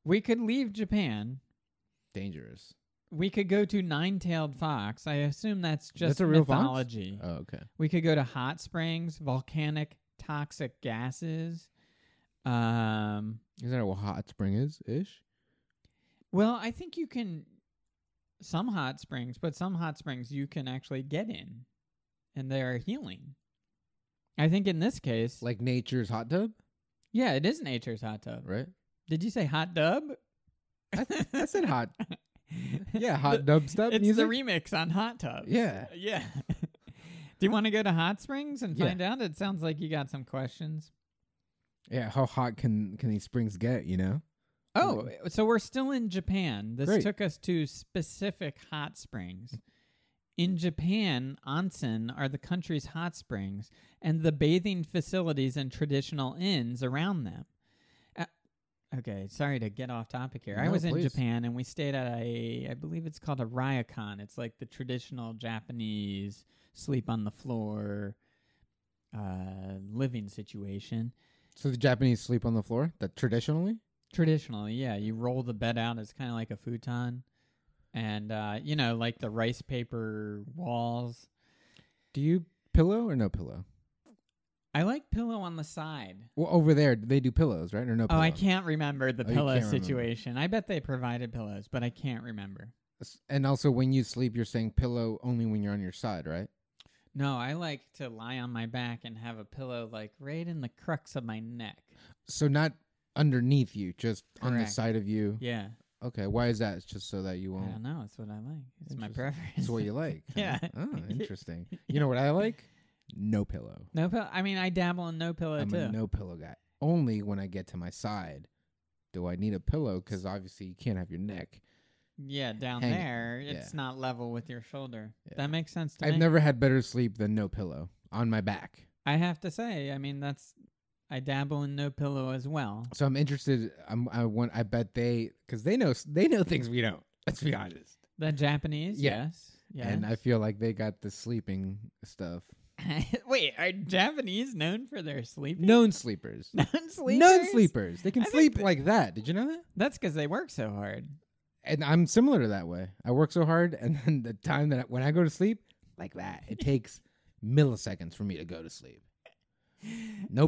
A: We could leave Japan.
B: Dangerous.
A: We could go to Nine-Tailed Fox. I assume that's just
B: a real fox?
A: mythology.
B: Oh, okay.
A: We could go to hot springs, volcanic toxic gases. Um,
B: Is that what hot spring is ish?
A: well, I think you can some hot springs, but some hot springs you can actually get in, and they are healing. I think in this case,
B: Like nature's hot tub,
A: yeah, it is nature's hot tub. [LAUGHS]
B: right?
A: Did you say hot dub? [LAUGHS]
B: I said hot. Yeah, hot dub stuff.
A: It's
B: music.
A: the remix on hot tub.
B: yeah.
A: yeah. [LAUGHS] Do you want to go to hot springs and
B: Yeah.
A: find out? It sounds like you got some questions.
B: Yeah, how hot can can these springs get, you know?
A: Oh, so we're still in Japan. This
B: Great.
A: took us to specific hot springs. In Japan, onsen are the country's hot springs and the bathing facilities and traditional inns around them. Uh, okay, sorry to get off topic here. I
B: No,
A: was in
B: please.
A: Japan and we stayed at a, I believe it's called a ryokan. It's like the traditional Japanese sleep on the floor uh, living situation.
B: So the Japanese sleep on the floor? That traditionally?
A: Traditionally, yeah, you roll the bed out. It's kind of like a futon, and uh, you know, like the rice paper walls.
B: Do you pillow or no pillow?
A: I like pillow on the side.
B: Well, over there they do pillows, right? Or no?
A: Oh,
B: pillow?
A: I can't remember the
B: Oh, you
A: pillow
B: can't remember.
A: situation. I bet they provided pillows, but I can't remember.
B: S- And also, when you sleep, you're saying pillow only when you're on your side, right?
A: No, I like to lie on my back and have a pillow like right in the crux of my neck.
B: So not underneath you, just on the
A: Correct.
B: side of you.
A: Yeah.
B: Okay, why is that? It's just so that you
A: I don't
B: won't.
A: know. It's what I like. It's my
B: Interesting.
A: preference. [LAUGHS]
B: It's what you like. huh?
A: Yeah. [LAUGHS]
B: Oh, interesting. You know what I like? No pillow.
A: No pillow. I mean, I dabble in no pillow
B: I'm
A: too.
B: a no pillow guy. Only when I get to my side do I need a pillow because obviously you can't have your neck.
A: yeah, down
B: hanging.
A: there,
B: Yeah.
A: it's not level with your shoulder.
B: Yeah.
A: That makes sense to
B: I've
A: me.
B: never had better sleep than no pillow on my back.
A: I have to say, I mean, that's I dabble in no pillow as well.
B: So I'm interested. I'm, I want. I bet they because they know they know things we don't. [LAUGHS] Let's be honest.
A: The Japanese,
B: Yeah.
A: yes, yes.
B: And I feel like they got the sleeping stuff.
A: [LAUGHS] Wait, are Japanese known for their sleeping? [LAUGHS]
B: Known sleepers.
A: Non sleepers.
B: Known sleepers. They can
A: I think
B: sleep
A: th-
B: like that. Did you know that?
A: That's because they work so hard.
B: And I'm similar to that way. I work so hard, [LAUGHS] and then the time that I, when I go to sleep, like that, it takes milliseconds for me to go to sleep. No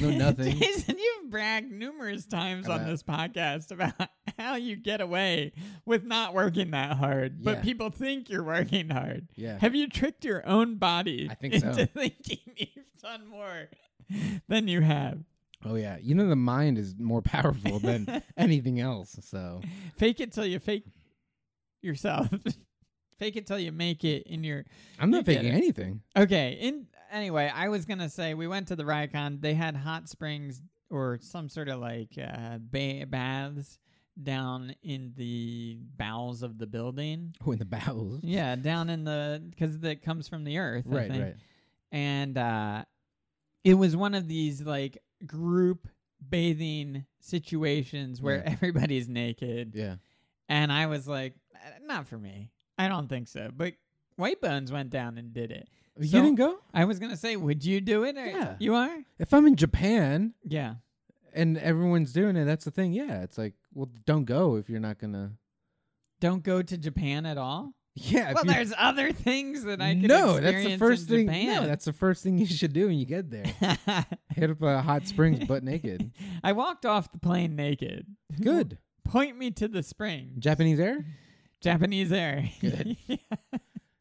A: [LAUGHS]
B: no nothing.
A: Jason, you've bragged numerous times on
B: About-
A: this podcast about [LAUGHS] how you get away with not working that hard,
B: Yeah.
A: but people think you're working hard.
B: yeah.
A: Have you tricked your own body
B: I think
A: into [LAUGHS]
B: so.
A: thinking you've done more than you have?
B: Oh yeah. You know the mind is more
A: [LAUGHS]
B: powerful than anything else. So
A: Fake it till you fake yourself. [LAUGHS] fake it till you make it in your
B: I'm
A: You
B: not
A: get
B: faking
A: it.
B: anything.
A: Okay. In anyway, I was gonna say we went to the Rycon. They had hot springs or some sort of like uh, ba- baths down in the bowels of the building.
B: Oh, in the bowels.
A: Yeah, down in the because that comes from the earth. I
B: Right.
A: think.
B: Right.
A: And uh, it was one of these like group bathing situations where
B: Yeah.
A: everybody's naked.
B: Yeah.
A: And I was like, "Uh, not for me. I don't think so. But White Bones went down and did it.
B: you
A: So-
B: didn't go?
A: I was gonna say, would you do it? Or-
B: Yeah.
A: you are.
B: If I'm in Japan
A: Yeah,
B: and everyone's doing it, that's the thing. Yeah. It's like, well, don't go if you're not gonna.
A: don't go to Japan at all.
B: [LAUGHS] Yeah. if
A: well,
B: you-
A: there's other things that I could
B: no, that's
A: experience
B: the first
A: in
B: thing. No,
A: Japan.
B: that's the first thing you should do when you get there. Hit up a hot springs butt [LAUGHS] naked.
A: [LAUGHS] I walked off the plane naked.
B: Good.
A: Point me to the spring.
B: Japanese [LAUGHS] air?
A: Japanese air.
B: Good.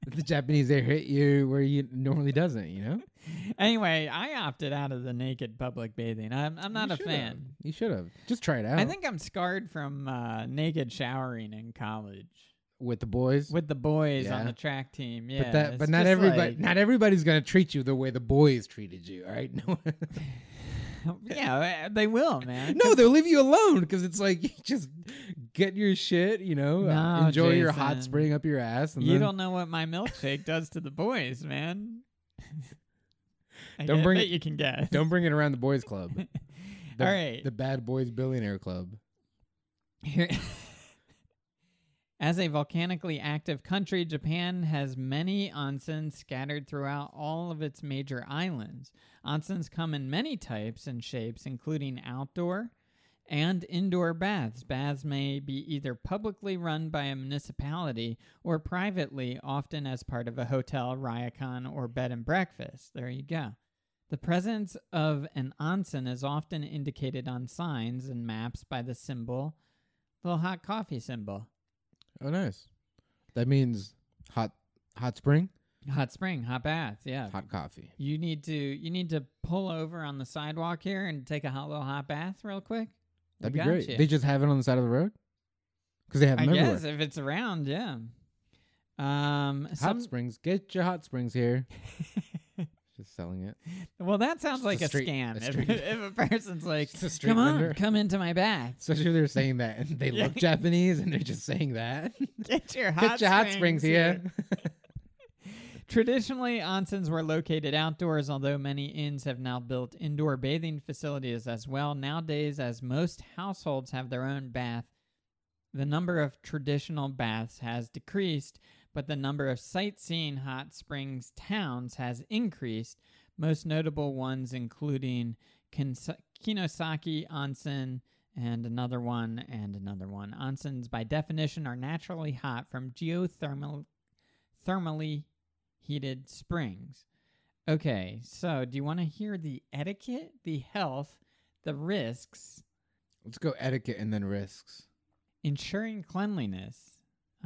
B: The Japanese air hit you where you normally doesn't, you know?
A: [LAUGHS] anyway, I opted out of the naked public bathing. I'm I'm not
B: You
A: a
B: should've.
A: fan.
B: You should have. Oh. Just try it out.
A: I think I'm scarred from uh, naked showering in college
B: with the boys.
A: with the boys
B: Yeah.
A: on the track team. Yeah,
B: but that
A: it's
B: but not
A: just
B: everybody
A: like-
B: not everybody's gonna treat you the way the boys treated you, all right? [LAUGHS] No
A: [LAUGHS]
B: [LAUGHS]
A: yeah, uh, they will, man.
B: No, they'll leave you alone because it's like [LAUGHS] you just get your shit, you know, uh,
A: No,
B: enjoy your hot
A: Jason.
B: spring up your ass, and
A: You
B: then
A: don't know what my milkshake does to the boys,
B: [LAUGHS]
A: man. I
B: Don't
A: don't
B: bring
A: bring
B: it-
A: You can guess.
B: [LAUGHS] don't bring it around the boys
A: [LAUGHS]
B: club. The,
A: All right.
B: the bad boys billionaire club.
A: Here- [LAUGHS] As a volcanically active country, Japan has many onsens scattered throughout all of its major islands. Onsens come in many types and shapes, including outdoor and indoor baths. Baths may be either publicly run by a municipality or privately, often as part of a hotel, ryokan, or bed and breakfast. There you go. The presence of an onsen is often indicated on signs and maps by the symbol, the hot coffee symbol.
B: Oh, nice. That means hot, hot spring,
A: Hot spring, hot bath, yeah.
B: hot coffee.
A: You need to you need to pull over on the sidewalk here and take a hot little hot bath real quick. We
B: That'd be
A: got
B: great.
A: you.
B: They just have it on the side of the road because they have
A: I
B: them everywhere.
A: guess if it's around, yeah. Um,
B: Hot
A: some,
B: springs, get your hot springs here.
A: [LAUGHS]
B: just selling it.
A: well, that sounds
B: Just
A: like
B: a
A: a,
B: street-
A: scam. [LAUGHS]
B: a
A: if,
B: street-
A: if a person's like,
B: Just a street
A: "Come on,
B: vendor."
A: come into my bath, [LAUGHS]
B: Especially if they're saying that and they
A: Yeah.
B: look Japanese and they're just saying that.
A: [LAUGHS] get your hot
B: get your hot springs here.
A: Traditionally, onsens were located outdoors, although many inns have now built indoor bathing facilities as well. Nowadays, as most households have their own bath, the number of traditional baths has decreased, but the number of sightseeing hot springs towns has increased, most notable ones including Kins- Kinosaki Onsen and another one, and another one. Onsens, by definition, are naturally hot from geothermal, thermally heated springs. Okay, so do you want to hear the etiquette, the health, the risks,
B: Let's go etiquette and then risks.
A: ensuring cleanliness?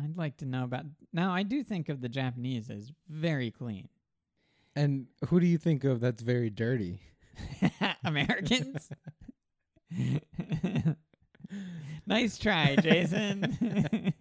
A: I'd like to know about. Now, I do think of the Japanese as very clean.
B: And who do you think of that's very dirty?
A: [LAUGHS] Americans. nice try, Jason.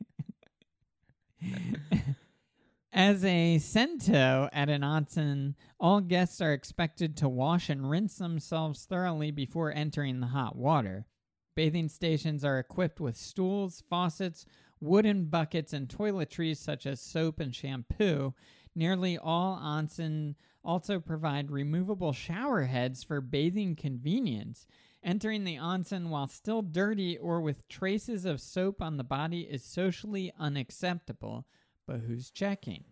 A: [LAUGHS] As a sento at an onsen, all guests are expected to wash and rinse themselves thoroughly before entering the hot water. Bathing stations are equipped with stools, faucets, wooden buckets, and toiletries such as soap and shampoo. Nearly all onsen also provide removable shower heads for bathing convenience. Entering the onsen while still dirty or with traces of soap on the body is socially unacceptable, but who's checking?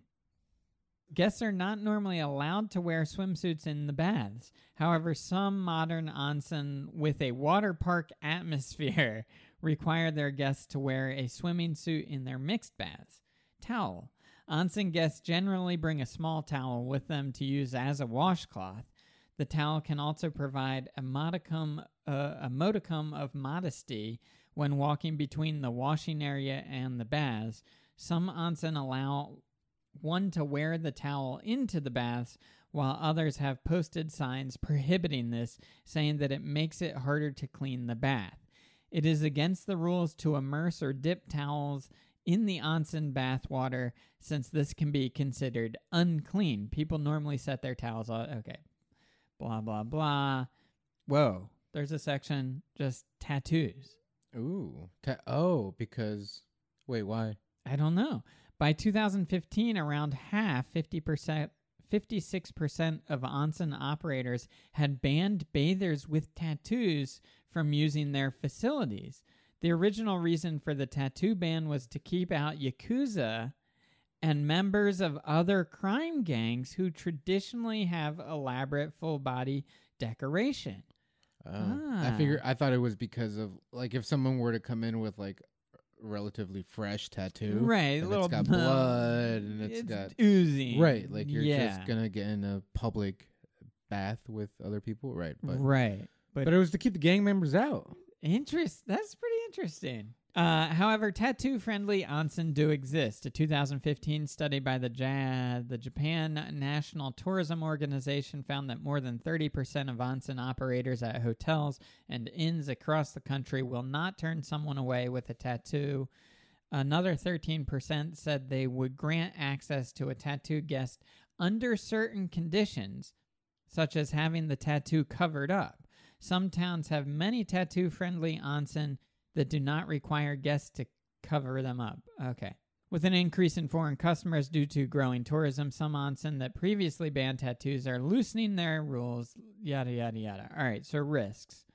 A: Guests are not normally allowed to wear swimsuits in the baths. However, some modern onsen with a water park atmosphere [LAUGHS] require their guests to wear a swimming suit in their mixed baths. Towel. Onsen guests generally bring a small towel with them to use as a washcloth. The towel can also provide a modicum, uh, a modicum of modesty when walking between the washing area and the baths. Some onsen allow one to wear the towel into the baths, while others have posted signs prohibiting this, saying that it makes it harder to clean the bath. It is against the rules to immerse or dip towels in the onsen bath water since this can be considered unclean. People normally set their towels on. Okay. Blah, blah, blah. Whoa. There's a section just tattoos.
B: Ooh. Ta- oh, because wait, why?
A: I don't know. By 2015, around half, 50%, 56% of onsen operators had banned bathers with tattoos from using their facilities. The original reason for the tattoo ban was to keep out yakuza and members of other crime gangs who traditionally have elaborate full body decoration.
B: Uh, I figure
A: Ah.
B: I thought it was because of like if someone were to come in with like relatively fresh tattoo,
A: Right,
B: And
A: little [LAUGHS]
B: it's got blood and it's got
A: oozing.
B: right, like you're
A: Yeah.
B: just gonna get in a public bath with other people, right? But
A: right.
B: but it was to keep the gang members out.
A: Interest. That's pretty interesting. Uh, however, tattoo-friendly onsen do exist. A 2015 study by the ja- the Japan National Tourism Organization found that more than 30% of onsen operators at hotels and inns across the country will not turn someone away with a tattoo. Another 13% said they would grant access to a tattoo guest under certain conditions, such as having the tattoo covered up. Some towns have many tattoo friendly onsen that do not require guests to cover them up. Okay. With an increase in foreign customers due to growing tourism, some onsen that previously banned tattoos are loosening their rules, yada, yada, yada. All right, so risks.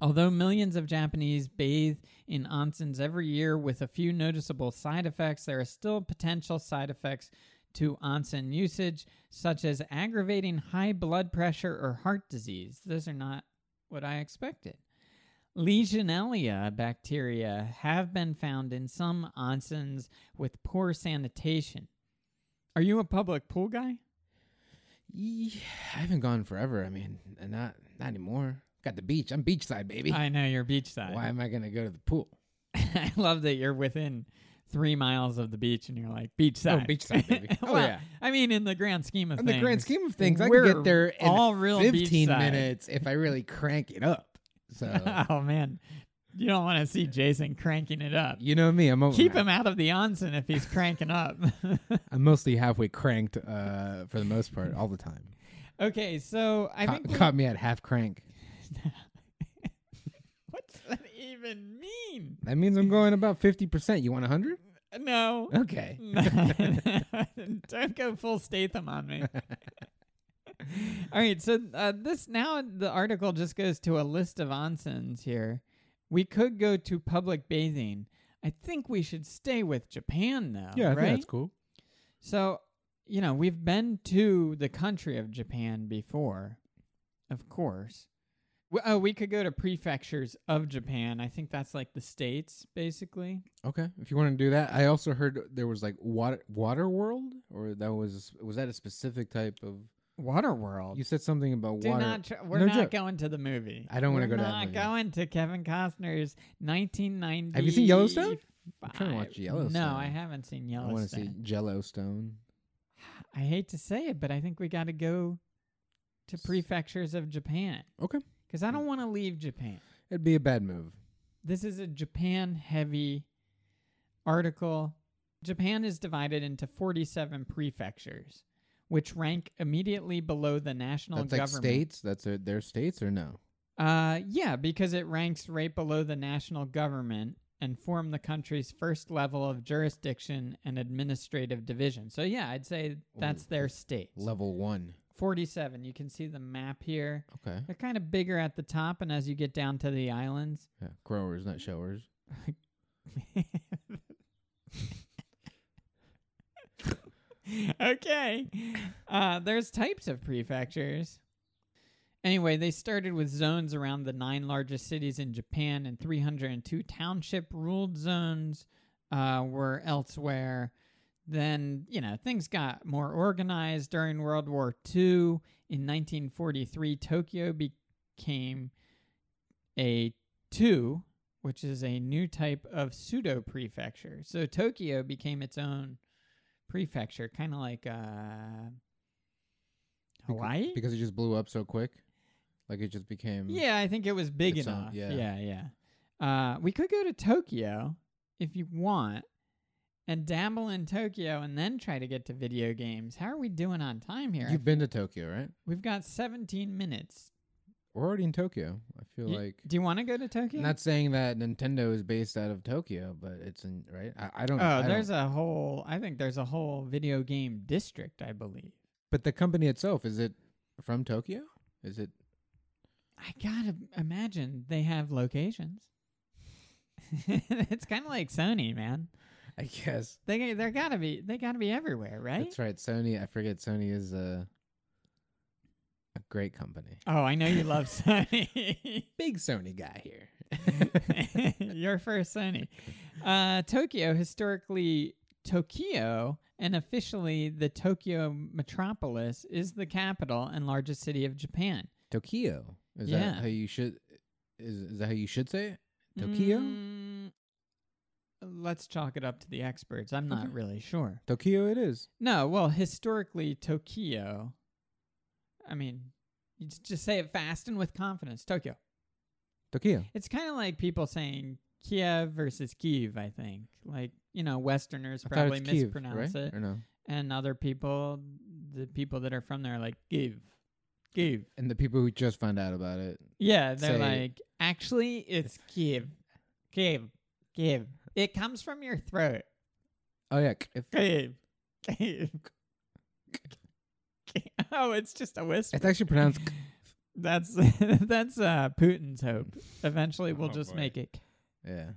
A: Although millions of Japanese bathe in onsens every year with a few noticeable side effects, there are still potential side effects to onsen usage, such as aggravating high blood pressure or heart disease. Those are not what I expected. Legionella bacteria have been found in some onsens with poor sanitation. Are you a public pool guy?
B: Yeah, I haven't gone forever. I mean, and not not anymore. Got the beach. I'm beachside, baby.
A: I know you're beachside.
B: Eh. Why am I gonna go to the pool?
A: [LAUGHS] I love that you're within three miles of the beach and you're like beachside. [LAUGHS]
B: beachside, baby. Oh,
A: Well,
B: yeah.
A: I mean, in the grand scheme of
B: In
A: things,
B: the grand scheme of things, I
A: we're
B: could get there in
A: all real
B: 15
A: beachside.
B: minutes if I really crank it up.
A: [LAUGHS]
B: So,
A: oh man, you don't want to see Jason cranking it up.
B: you know me, I'm, over,
A: Keep him out of the onsen if he's cranking up. [LAUGHS]
B: I'm mostly halfway cranked uh, for the most part, all the time.
A: okay, so [LAUGHS] I
B: Ca-
A: think we-
B: caught me at half crank.
A: [LAUGHS] what's that even mean?
B: That means I'm going about 50%. You want 100?
A: No. [LAUGHS]
B: Okay.
A: Don't go full Statham on
B: [LAUGHS]
A: me. All right, so uh, this now the article just goes to a list of onsens here. We could go to public bathing. I think we should stay with Japan though. right?
B: cool.
A: So, you know, we've been to the country of Japan before, of course. W- Oh, we could go to prefectures of Japan. I think that's like the states, basically.
B: Okay, if you want to do that, I also heard there was like water water world, or that was was that a specific type of?
A: Waterworld.
B: You said something about
A: Do
B: water.
A: not. Tr- we're
B: No
A: not
B: joke.
A: going to the movie.
B: I don't wanna
A: We're
B: go to that
A: Not
B: movie.
A: going to Kevin Costner's 1990.
B: Have you seen Yellowstone? I'm trying to watch Yellowstone.
A: No, I haven't seen
B: I
A: Yellowstone.
B: want to see Jellostone.
A: I hate to say it, but I think we got to go to prefectures of Japan
B: Okay,
A: because I don't want to leave Japan.
B: it'd be a bad move.
A: This is a Japan heavy article. Japan is divided into 47 prefectures, which rank immediately below the national
B: That's like
A: government.
B: states. That's their, their states or no?
A: Uh, yeah, because it ranks right below the national government and form the country's first level of jurisdiction and administrative division. So yeah, I'd say that's
B: Ooh.
A: their state.
B: Level one.
A: 47. You can see the map here.
B: Okay.
A: They're kind of bigger at the top, and as you get down to the islands,
B: Yeah, growers, not showers.
A: [LAUGHS] okay. Uh, there's types of prefectures. Anyway, they started with zones around the nine largest cities in Japan, and 302 township ruled zones uh, were elsewhere. Then, you know, things got more organized during World War II. In 1943, Tokyo became a two, which is a new type of pseudo prefecture. So Tokyo became its own prefecture, kind of like uh, Hawaii.
B: Because it just blew up so quick. Like it just became.
A: yeah, I think it was big
B: Mm. Its own-
A: enough.
B: yeah.
A: yeah, yeah. Uh, we could go to Tokyo if you want and dabble in Tokyo and then try to get to video games. How are we doing on time here?
B: You've been to Tokyo, right?
A: We've got 17 minutes.
B: We're already in Tokyo. I feel
A: You-
B: like.
A: Do you want to go to Tokyo?
B: Not saying that Nintendo is based out of Tokyo, but it's in right. I, I don't.
A: Oh,
B: I
A: there's
B: don't-
A: a whole. I think there's a whole video game district. I believe.
B: but the company itself is it from Tokyo? Is it?
A: I gotta imagine they have locations. [LAUGHS] it's kind of like Sony, man.
B: I guess
A: They they gotta be they gotta be everywhere, right?
B: that's right. Sony. I forget. Sony is a a great company.
A: Oh, I know you love Sony.
B: Big Sony guy here.
A: [LAUGHS] Your first Sony. Uh, Tokyo, historically Tokyo, and officially the Tokyo metropolis, is the capital and largest city of Japan.
B: Tokyo. Is
A: Yeah.
B: that how you should? Is is that how you should say it? Tokyo.
A: Mm, let's chalk it up to the experts. I'm not
B: Okay.
A: really sure.
B: Tokyo. It is.
A: No, well, historically, Tokyo. I mean, you j- just say it fast and with confidence. Tokyo.
B: Tokyo.
A: It's kind of like people saying Kiev versus Kiev, I think. Like, you know, Westerners
B: I thought
A: probably
B: it's Kyiv,
A: mispronounce
B: right?
A: it.
B: Or no?
A: And other people, the people that are from there, are like, Kiev. Kiev.
B: And the people who just found out about it.
A: Yeah, they're
B: Say-
A: like, actually,
B: [LAUGHS]
A: it's Kiev. Kiev. Kiev. It comes from your throat.
B: Oh yeah. k- If,
A: Gabe. Gabe. [LAUGHS] Oh, it's just a whisper.
B: it's actually pronounced.
A: [LAUGHS]
B: k-
A: That's [LAUGHS] that's uh, Putin's hope. Eventually, we'll
B: Oh,
A: just
B: boy.
A: make it.
B: Yeah.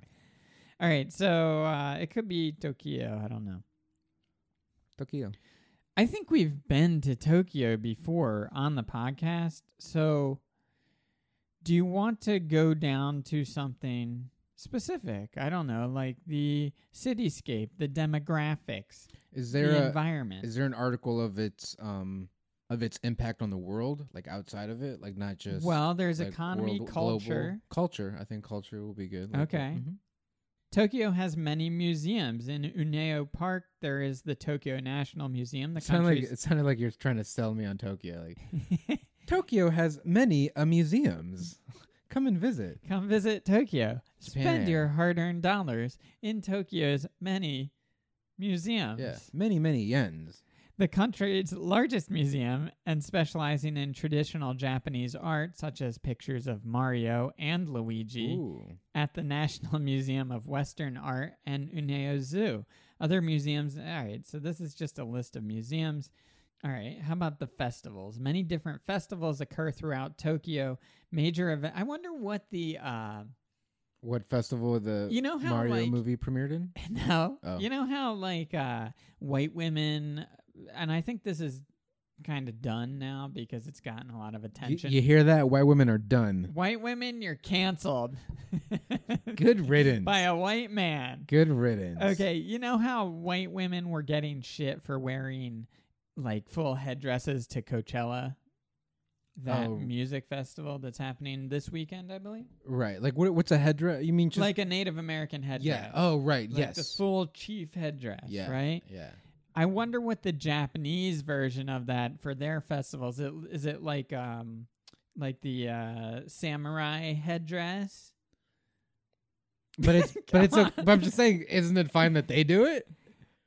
A: All right, so uh, it could be Tokyo. I don't know.
B: Tokyo.
A: I think we've been to Tokyo before on the podcast. So, do you want to go down to something specific? I don't know, like the cityscape, the demographics,
B: Is
A: the
B: there a
A: environment.
B: is there an article of its um of its impact on the world, like outside of it, like not just
A: well, there's
B: like,
A: economy,
B: world- global-
A: culture.
B: culture. I think culture will be good. like,
A: Okay.
B: mhm.
A: Tokyo has many museums. In Uneo Park, there is the Tokyo National Museum. The
B: It sounded like
A: country's
B: it sounded like you're trying to sell me on Tokyo. Like Tokyo has many uh, museums. Come and visit.
A: [LAUGHS] come visit Tokyo. Spend
B: Japan.
A: your hard-earned dollars in Tokyo's many museums.
B: Yeah, many many yens.
A: The country's largest museum and specializing in traditional Japanese art such as pictures of Mario and Luigi.
B: Ooh,
A: at the National Museum of Western Art and Uneo Zoo. Other museums. All right, so this is just a list of museums. All right, how about the festivals? Many different festivals occur throughout Tokyo. Major event. I wonder what the uh,
B: what festival the
A: You know how,
B: Mario
A: like-
B: movie premiered in?
A: [LAUGHS] no,
B: Oh.
A: you know how like uh, white women, and I think this is kind of done now because it's gotten a lot of
B: You,
A: attention.
B: you hear that? White women are done.
A: White women, you're canceled. [LAUGHS]
B: Good riddance.
A: By a white man.
B: Good riddance.
A: Okay, you know how white women were getting shit for wearing like full headdresses to Coachella? That
B: Oh.
A: music festival that's happening this weekend, I believe.
B: Right. Like what, what's a headdress? You mean just
A: like a Native American headdress.
B: yeah? Oh, right.
A: Like
B: yes.
A: The full chief headdress,
B: yeah.
A: right? [LAUGHS]
B: Yeah.
A: I wonder what the Japanese version of that for their festivals. It, is it like um like the uh samurai headdress?
B: But it's but it's
A: Come
B: a, but I'm just saying, isn't it fine that they do it?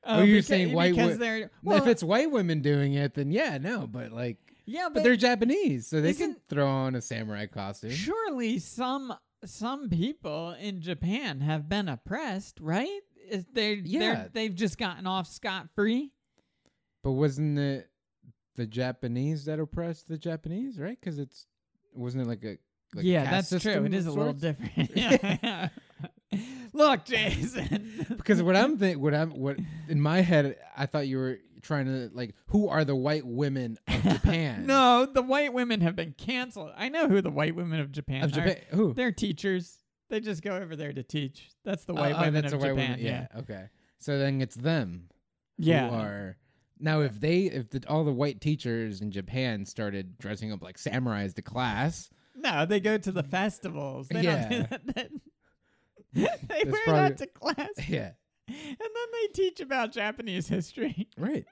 A: Oh,
B: Oh, you're
A: beca-
B: saying white
A: because
B: wo-
A: they're
B: if it's white women doing it, then yeah, no. But like,
A: yeah,
B: but,
A: but,
B: they're Japanese, so they can
A: isn't-
B: throw on a samurai costume.
A: surely some some people in Japan have been oppressed, right? Is they
B: Yeah.
A: they're they've just gotten off scot free.
B: But wasn't it the Japanese that oppressed the Japanese, right? Because it's wasn't it like a like a
A: yeah,
B: caste
A: that's true.
B: system
A: It
B: of
A: is a little
B: sorts?
A: different.
B: [LAUGHS]
A: [LAUGHS] Yeah. Look, Jason. [LAUGHS]
B: Because what I'm think, what I'm, what in my head, I thought you were trying to like, who are the white women
A: [LAUGHS]
B: of Japan?
A: No, the white women have been canceled. I know who the white women of Japan
B: of Japan.
A: are.
B: Who?
A: They're teachers. They just go over there to teach. That's the
B: Oh,
A: white
B: oh,
A: women
B: that's
A: of
B: a white
A: Japan.
B: woman.
A: yeah.
B: Okay. So then it's them.
A: Yeah.
B: Who are now if they if the, all the white teachers in Japan started dressing up like samurais
A: [LAUGHS]
B: to class,
A: No, they go to the festivals. They
B: Yeah.
A: don't do that. then. [LAUGHS] they
B: That's
A: wear
B: probably-
A: that to class.
B: [LAUGHS] yeah,
A: And then they teach about Japanese history. [LAUGHS]
B: right.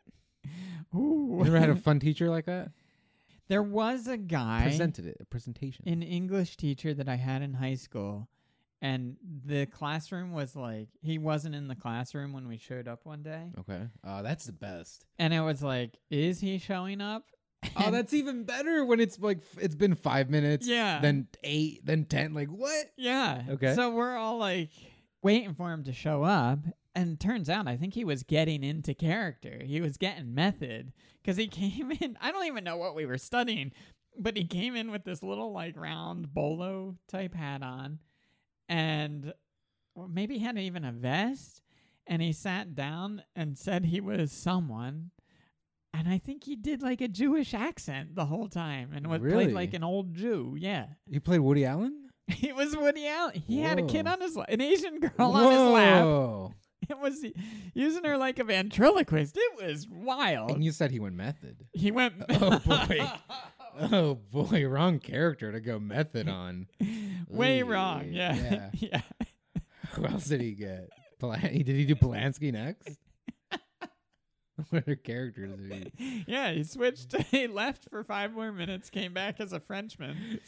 A: Ooh.
B: You ever had a fun teacher like that?
A: [LAUGHS] there was a guy
B: Presented it a presentation.
A: an English teacher that I had in high school, and the classroom was like he wasn't in the classroom when we showed up one day,
B: okay. Oh, that's
A: [LAUGHS]
B: the best.
A: and it was like, is he showing up?
B: Oh,
A: And-
B: that's even better when it's like f- it's been five minutes,
A: Yeah.
B: then eight, then ten. Like what?
A: yeah.
B: Okay.
A: So we're all like waiting for him to show up. And turns out I think he was getting into character. He was getting method because he [LAUGHS] came in. I don't even know what we were studying, but he came in with this little like round bolo type hat on and or maybe he had even a vest. And he sat down and said he was someone. And I think he did like a Jewish accent the whole time and was
B: Really?
A: played like an old Jew. Yeah.
B: You played Woody Allen?
A: [LAUGHS] It was Woody Allen. He had a kid
B: Whoa.
A: on his lap, an Asian girl on his lap. [LAUGHS]
B: Whoa.
A: It was using her like a ventriloquist. It was wild.
B: And you said he went method. [LAUGHS]
A: he went. [LAUGHS]
B: Oh, boy. Oh boy, wrong character to go method on.
A: [LAUGHS] Way
B: Ooh,
A: wrong. [LAUGHS] Yeah. Yeah.
B: Who else did he get? Polan- [LAUGHS] did he do
A: [LAUGHS]
B: Polanski next? what other characters did
A: yeah. He switched. [LAUGHS] he left for five more minutes. Came back as a
B: [LAUGHS]
A: Frenchman.
B: he?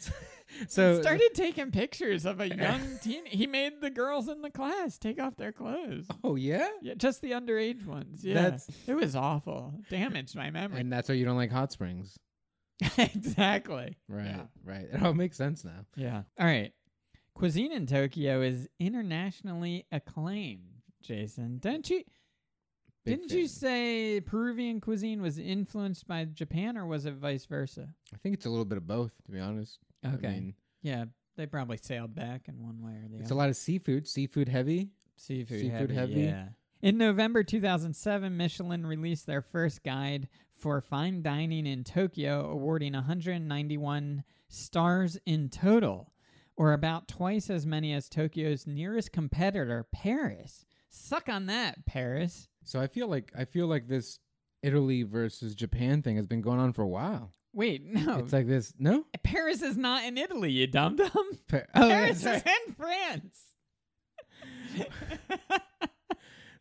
B: So
A: started taking pictures of a
B: [LAUGHS]
A: young teen. He made the girls in the class take off their clothes.
B: Oh yeah,
A: Yeah, just the underage ones. Yeah,
B: That's-
A: it was awful. Damaged my memory.
B: and that's why you don't like hot springs,
A: [LAUGHS] exactly.
B: right?
A: Yeah.
B: Right. It all makes sense now.
A: Yeah. All right. Cuisine in Tokyo is internationally acclaimed, Jason. Don't you
B: Big
A: didn't you
B: fan.
A: say Peruvian cuisine was influenced by Japan or was it vice versa?
B: I think it's a little bit of both, to be honest. I mean,
A: yeah, they probably sailed back in one way or the
B: it's
A: other.
B: a lot of seafood, seafood heavy.
A: seafood,
B: seafood
A: heavy,
B: heavy.
A: Yeah. In November 2007, Michelin released their first guide for fine dining in Tokyo, awarding 191 stars in total, or about twice as many as Tokyo's nearest competitor, Paris. Suck on that, Paris.
B: So I feel like I feel like this Italy versus Japan thing has been going on for a while.
A: Wait, no.
B: It's like this. No.
A: Paris is not in Italy, you dum dum.
B: Pa- [LAUGHS] oh,
A: Paris
B: that's
A: is in
B: [LAUGHS]
A: France.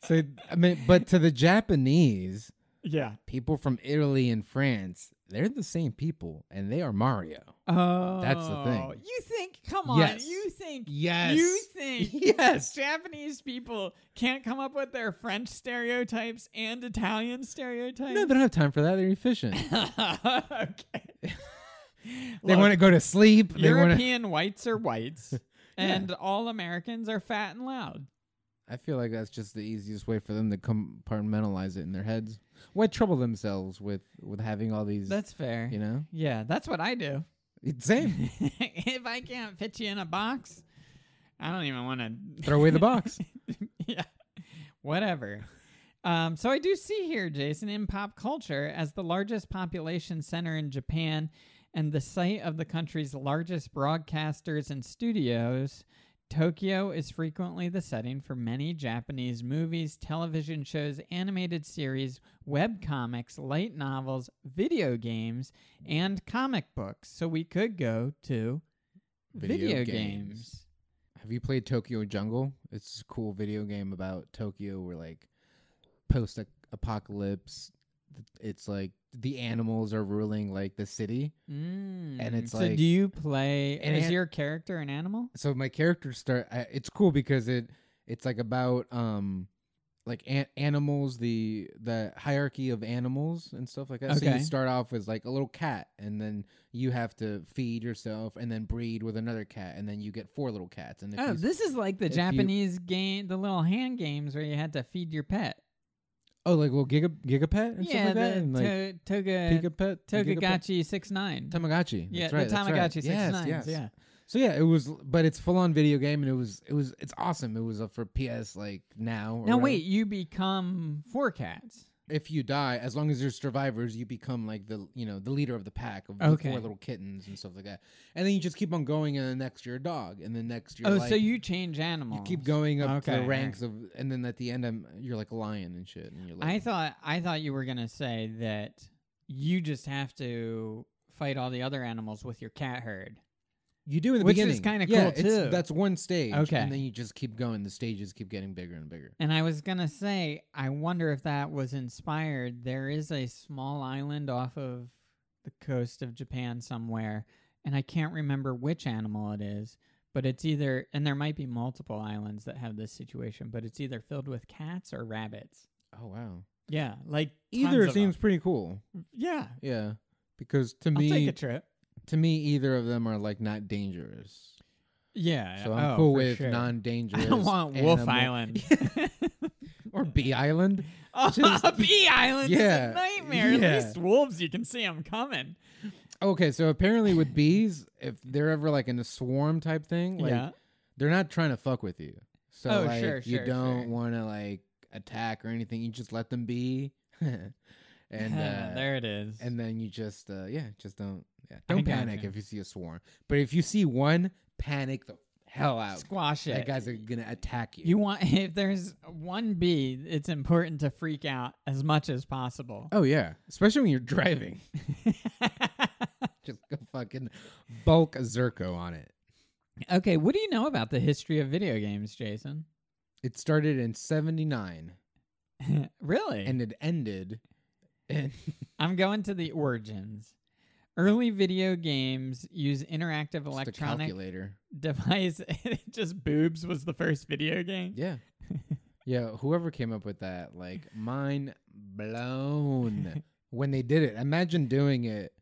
B: So I mean, but to the Japanese,
A: yeah.
B: people from Italy and France, they're the same people, and they are Mario.
A: Oh.
B: the thing.
A: You think, come on,
B: Yes.
A: you think
B: Yes.
A: You think
B: [LAUGHS] Yes.
A: Japanese people can't come up with their French stereotypes and Italian stereotypes? [LAUGHS]
B: No, they don't have time for that. They're efficient.
A: okay.
B: [LAUGHS] they want to go to sleep. [LAUGHS] They want to.
A: European whites are
B: [LAUGHS]
A: whites, and all Americans are fat and loud.
B: I feel like that's just the easiest way for them to compartmentalize it in their heads. Why trouble themselves with with having all these?
A: That's fair.
B: you know,
A: Yeah, that's what I do. [LAUGHS]
B: It's [LAUGHS] same.
A: if I can't fit you in a box, I don't even want to [LAUGHS]
B: Throw away the box.
A: yeah, whatever. Um, so I do see here, Jason, in pop culture, as the largest population center in Japan and the site of the country's largest broadcasters and studios, Tokyo is frequently the setting for many Japanese movies, television shows, animated series, webcomics, light novels, video games, and comic books. So we could go to video, games.
B: Have you played Tokyo Jungle? It's a cool video game about Tokyo where like post apocalypse it's like the animals are ruling like the city.
A: Mm.
B: And it's
A: so
B: like-
A: do you play?
B: and
A: is
B: it-
A: your character an animal?
B: So my character start I, it's cool because it it's like about um like an- animals the the hierarchy of animals and stuff like that. So
A: Okay.
B: you start off with like a little cat and then you have to feed yourself and then breed with another cat and then you get four little cats and if
A: Oh,
B: you
A: this is like the
B: if you-
A: Japanese game, the little hand games where you had to feed your pet.
B: Oh, like well, Giga Gigapet or something
A: yeah,
B: like that,
A: the
B: and like
A: to, Toga
B: Pika Pet,
A: Togagachi six nine.
B: Tamagotchi.
A: yeah,
B: that's right,
A: the
B: that's right.
A: Tamagotchi six
B: yes,
A: nines.
B: Yes.
A: Yeah.
B: So yeah, it was, but it's full on video game, and it was, it was, it's awesome. It was uh, for PS like now. or
A: Now
B: whatever.
A: wait, you become four cats.
B: if you die, as long as you're survivors, you become like the you know the leader of the pack of
A: Okay.
B: the four little kittens and stuff like that, and then you just keep on going, and then next you're a dog, and then next you're
A: oh,
B: like,
A: so you change animals.
B: you keep going up to
A: Okay,
B: the
A: alright.
B: ranks of, and then at the end, I'm, you're like a lion and shit, and you're like,
A: I thought I thought you were gonna say that you just have to fight all the other animals with your cat herd.
B: You do in the
A: Which is kinda
B: beginning, yeah,
A: cool,
B: it's-
A: too.
B: That's one stage,
A: Okay.
B: and then you just keep going. The stages keep getting bigger and bigger.
A: And I was gonna say, I wonder if that was inspired. There is a small island off of the coast of Japan somewhere, and I can't remember which animal it is, but it's either and there might be multiple islands that have this situation, but it's either filled with cats or rabbits.
B: Oh wow!
A: Yeah, like tons
B: Either
A: of
B: seems
A: them.
B: pretty cool.
A: yeah.
B: Yeah, because to
A: I'll take
B: me,
A: a trip.
B: to me, either of them are like not dangerous.
A: Yeah,
B: So I'm
A: oh,
B: cool
A: for
B: with
A: sure. [LAUGHS]
B: non-dangerous.
A: I don't want Wolf
B: animal- [LAUGHS]
A: Island.
B: or Bee Island.
A: oh, [LAUGHS]
B: Just-
A: Bee Island is
B: Yeah,
A: a nightmare.
B: yeah.
A: At least wolves, you can see them coming.
B: Okay, so apparently with bees, if they're ever like in a swarm type thing, like
A: yeah.
B: they're not trying to fuck with you. So
A: Oh,
B: like
A: sure,
B: you
A: sure,
B: don't
A: sure.
B: want to like attack or anything. You just let them be, [LAUGHS]
A: [LAUGHS]
B: and uh,
A: there it is.
B: and then you just uh yeah just don't yeah
A: I
B: don't
A: gotcha.
B: panic if you see a swarm but if you see one panic the hell out
A: squash it.
B: that guy's are gonna attack you,
A: you want [LAUGHS] if there's one bee, it's important to freak out as much as possible.
B: oh yeah especially when you're driving [LAUGHS] just go fucking bulk a zerko on it
A: [LAUGHS] okay, what do you know about the history of video games, Jason? [LAUGHS]
B: it started in 79
A: really?
B: and it ended in
A: I'm going to the origins. Early video games use interactive
B: just a
A: electronic
B: calculator
A: [LAUGHS] device. just boobs was the first video game.
B: [LAUGHS] yeah yeah whoever came up with that like mind [LAUGHS] blown when they did it imagine doing it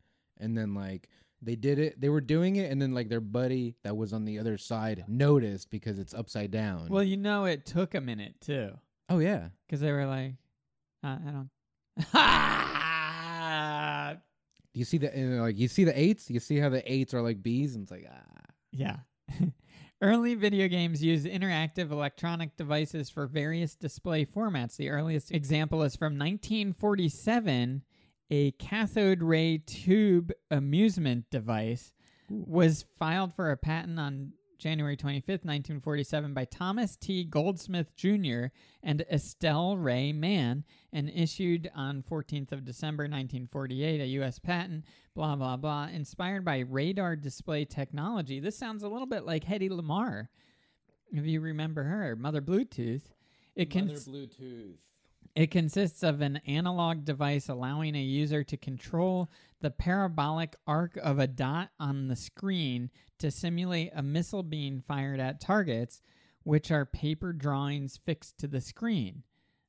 B: and then like they did it they were doing it and then like their buddy that was on the other side noticed because it's upside down
A: Well, you know, it took a minute too,
B: oh yeah
A: because they were like, uh, I [LAUGHS]
B: [LAUGHS]
A: Ah, don't.
B: do you see the and, like you see the eights you see how the eights are like bees and it's like ah
A: yeah. [LAUGHS] Early video games used interactive electronic devices for various display formats. The earliest example is from 1947. A cathode ray tube amusement device was filed for a patent on January 25th, 1947, by Thomas T. Goldsmith Jr. and Estelle Ray Mann, and issued on 14th of December 1948, a U.S. patent, blah, blah, blah, inspired by radar display technology. This sounds a little bit like Hedy Lamar, if you remember her, Mother Bluetooth. It can.
B: bluetooth
A: It consists of an analog device allowing a user to control the parabolic arc of a dot on the screen to simulate a missile being fired at targets, which are paper drawings fixed to the screen.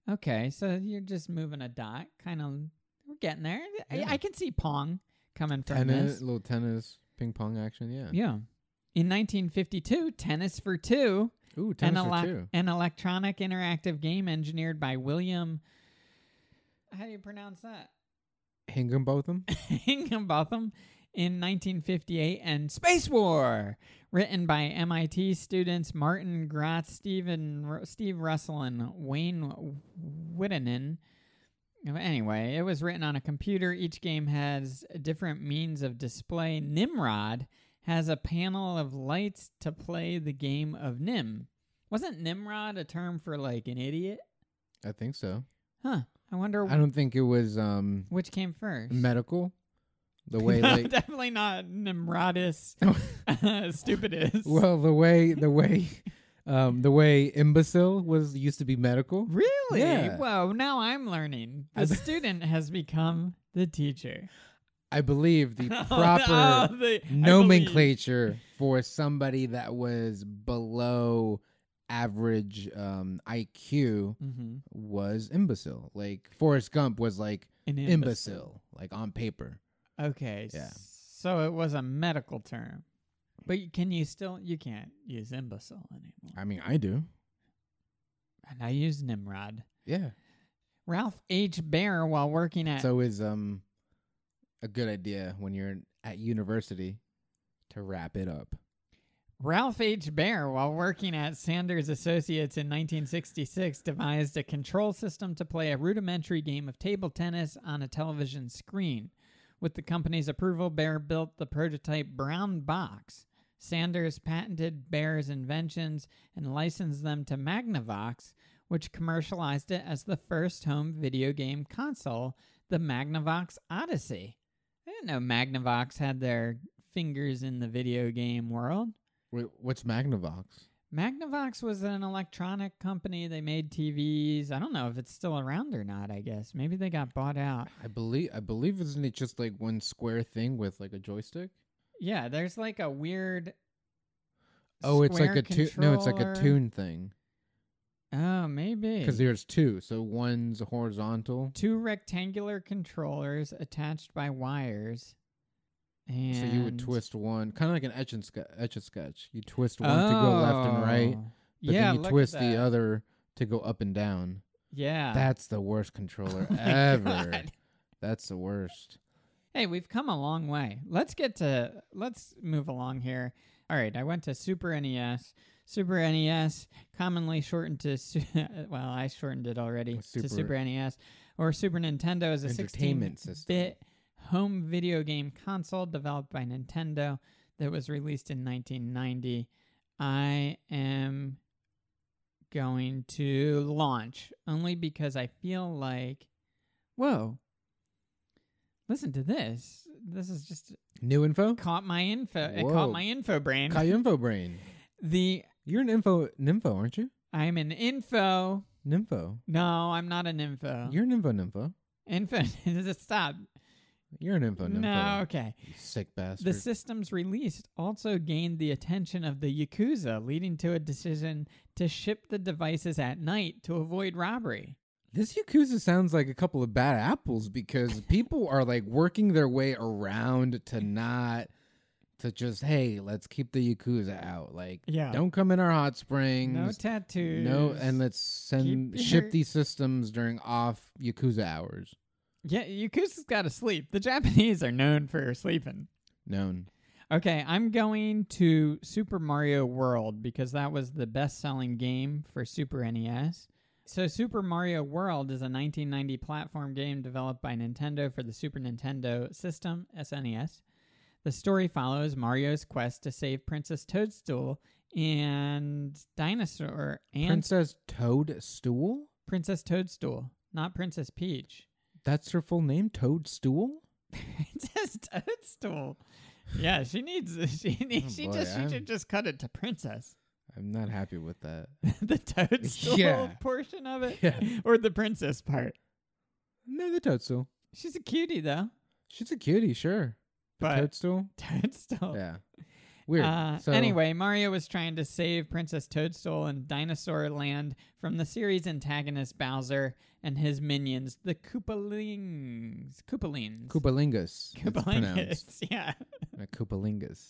A: Okay, so you're just moving a dot, kind of. We're getting there. I-
B: Yeah.
A: I, can see Pong coming from
B: tennis
A: this.
B: little tennis ping pong action yeah,
A: Yeah. In 1952, Tennis for Two
B: ooh
A: an,
B: tennis for
A: elec-
B: two
A: an electronic interactive game engineered by William. How do you pronounce that?
B: hingham botham
A: Hinghambotham in 1958, and Space War, written by MIT students Martin Grotz, Stephen, Ru- Steve Russell, and Wayne Wittenen. Anyway, it was written on a computer. Each game has different means of display. Nimrod has a panel of lights to play the game of Nim. Wasn't Nimrod a term for like an idiot?
B: I think so.
A: Huh. I wonder
B: I don't think it was um
A: which came first.
B: medical. The
A: [LAUGHS]
B: way
A: No,
B: like
A: definitely not
B: [LAUGHS]
A: Nimrodis [LAUGHS] stupidus.
B: well, the way the way um the way imbecile was used to be medical.
A: really?
B: Yeah.
A: Whoa, now I'm learning.
B: I
A: The
B: be-
A: student has become the teacher.
B: I believe the
A: [LAUGHS] Oh,
B: proper
A: no, the- I believe-
B: nomenclature for somebody that was below average um IQ
A: Mhm.
B: was imbecile. Like Forrest Gump was like
A: An
B: imbecile, like on paper.
A: Okay.
B: Yeah.
A: So it was a medical term. But you- can you still you can't use imbecile anymore.
B: I mean, I do.
A: And I use Nimrod.
B: Yeah.
A: Ralph H. Bear while working at
B: So is um a good idea when you're at university to wrap it up.
A: Ralph H. Baer, while working at Sanders Associates in 1966, devised a control system to play a rudimentary game of table tennis on a television screen. With the company's approval, Baer built the prototype Brown Box. Sanders patented Baer's inventions and licensed them to Magnavox, which commercialized it as the first home video game console, the Magnavox Odyssey. I didn't know Magnavox had their fingers in the video game world.
B: Wait, what's Magnavox?
A: Magnavox was an electronic company. They made TVs. I don't know if it's still around or not, I guess. Maybe they got bought out.
B: I believe I believe isn't it just like one square thing with like a joystick?
A: Yeah, there's like a weird.
B: Oh, it's like
A: square
B: a tune. No, it's like a
A: controller.
B: tune thing
A: Oh, maybe.
B: because there's two. So one's horizontal,
A: two rectangular controllers attached by wires. And
B: so you would twist one, kind of like an etch and sketch. Etch a sketch. You twist one to go left and right,
A: Oh.
B: but
A: yeah,
B: then you
A: look at
B: twist the
A: that.
B: other to go up and down.
A: Yeah.
B: That's the worst [LAUGHS] controller
A: Oh my
B: ever.
A: God.
B: That's the worst.
A: Hey, we've come a long way. Let's get to let's move along here. All right, I went to Super NES. Super NES, commonly shortened to su- [LAUGHS] well, I shortened it already
B: Super-
A: to Super E NES or Super Nintendo is a
B: Entertainment
A: 16-bit
B: system.
A: home video game console developed by Nintendo that was released in 1990. I am going to launch only because I feel like whoa. Listen to this. This is just
B: New info?
A: caught my info. It
B: Whoa.
A: caught my info brain.
B: Kai Info Brain.
A: the
B: You're an info nympho, aren't you?
A: I'm an info.
B: Nympho.
A: No, I'm not an info.
B: You're an info nympho.
A: info. [LAUGHS] Just stop.
B: You're an info nympho.
A: No, okay.
B: You sick bastard.
A: The systems released also gained the attention of the Yakuza, leading to a decision to ship the devices at night to avoid robbery.
B: this Yakuza sounds like a couple of bad apples [LAUGHS] because people are like working their way around to not to just hey, let's keep the Yakuza out. Like
A: Yeah.
B: don't come in our hot
A: No
B: springs.
A: tattoos.
B: and let's send
A: Keep your-
B: ship these systems during off Yakuza hours.
A: yeah, Yakuza's got to sleep. The Japanese are known for sleeping.
B: Known.
A: Okay, I'm going to Super Mario World because that was the best selling game for Super NES. So, Super Mario World is a 1990 platform game developed by Nintendo for the Super Nintendo system, SNES. The story follows Mario's quest to save Princess Toadstool and Dinosaur and
B: Princess Toadstool?
A: Princess Toadstool, not Princess Peach. [LAUGHS]
B: That's her full name, Toadstool?
A: Princess Toadstool. Yeah, she needs. [LAUGHS] She needs. she
B: Oh, boy,
A: just. She
B: I'm-
A: should just cut it to Princess.
B: I'm not happy with
A: [LAUGHS]
B: that.
A: the toadstool
B: Yeah.
A: portion of it
B: Yeah.
A: or the princess part.
B: No, the Toadstool.
A: She's a cutie though,
B: She's a cutie, sure.
A: but
B: Toadstool?
A: toadstool.
B: Yeah. Weird.
A: Oh. Uh,
B: so,
A: Anyway, Mario was trying to save Princess Toadstool and Dinosaur Land from the series antagonist Bowser and his minions, the Koopalings. Koopalings.
B: Koopalingus. it's
A: [LAUGHS]
B: pronounced.
A: Koopalingus. Yeah.
B: Uh, Koopalingus.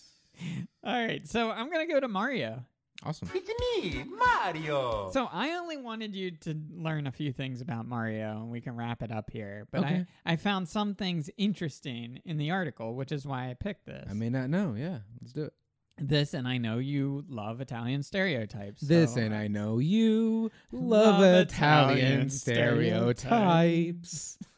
A: All right. So I'm going to go to Mario
B: Awesome.
C: It's me, Mario.
A: So I only wanted you to learn a few things about Mario, and we can wrap it up here. But
B: Okay.
A: I, I found some things interesting in the article, which is why I picked this.
B: I may not know. Yeah, let's do it.
A: this, and I know you love Italian stereotypes.
B: This
A: so-
B: and I know you love,
A: Love
B: Italian,
A: Italian
B: stereotypes.
A: [LAUGHS]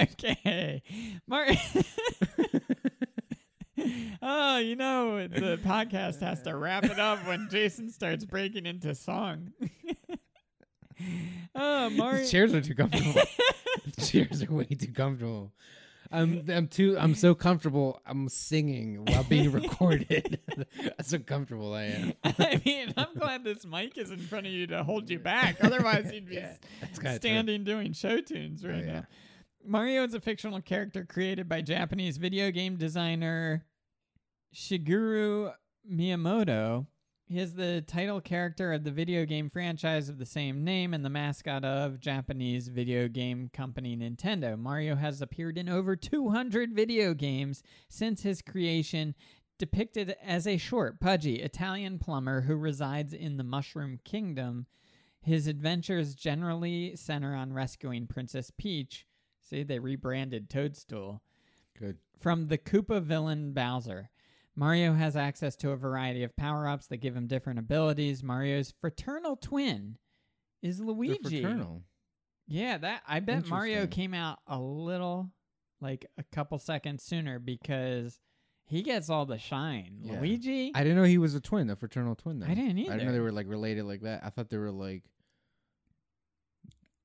A: okay, Mario. [LAUGHS] oh, you know the podcast has to wrap it up when Jason starts breaking into song. [LAUGHS] oh, Mario.
B: These chairs are too comfortable.
A: [LAUGHS]
B: These chairs are way too comfortable. I'm I'm too I'm so comfortable. I'm singing while being
A: [LAUGHS]
B: recorded. [LAUGHS] That's how comfortable I am.
A: I mean, I'm glad this mic is in front of you to hold you back. Otherwise, you'd be
B: [LAUGHS] Yeah, that's kinda true.
A: standing doing show tunes right
B: yeah.
A: now. Mario is a fictional character created by Japanese video game designer Shigeru Miyamoto. He is the title character of the video game franchise of the same name and the mascot of Japanese video game company Nintendo. Mario has appeared in over 200 video games since his creation, depicted as a short, pudgy Italian plumber who resides in the Mushroom Kingdom. His adventures generally center on rescuing Princess Peach. See, they rebranded Toadstool
B: Good.
A: from the Koopa villain Bowser. Mario has access to a variety of power ups that give him different abilities. Mario's fraternal twin is
B: They're
A: Luigi.
B: fraternal.
A: Yeah, that I bet Mario
B: Interesting.
A: came out a little like a couple seconds sooner because he gets all the shine.
B: Yeah.
A: Luigi?
B: I didn't know he was a twin, a fraternal twin. Though.
A: I didn't
B: I didn't know they
A: either.
B: were like related like that. I thought they were like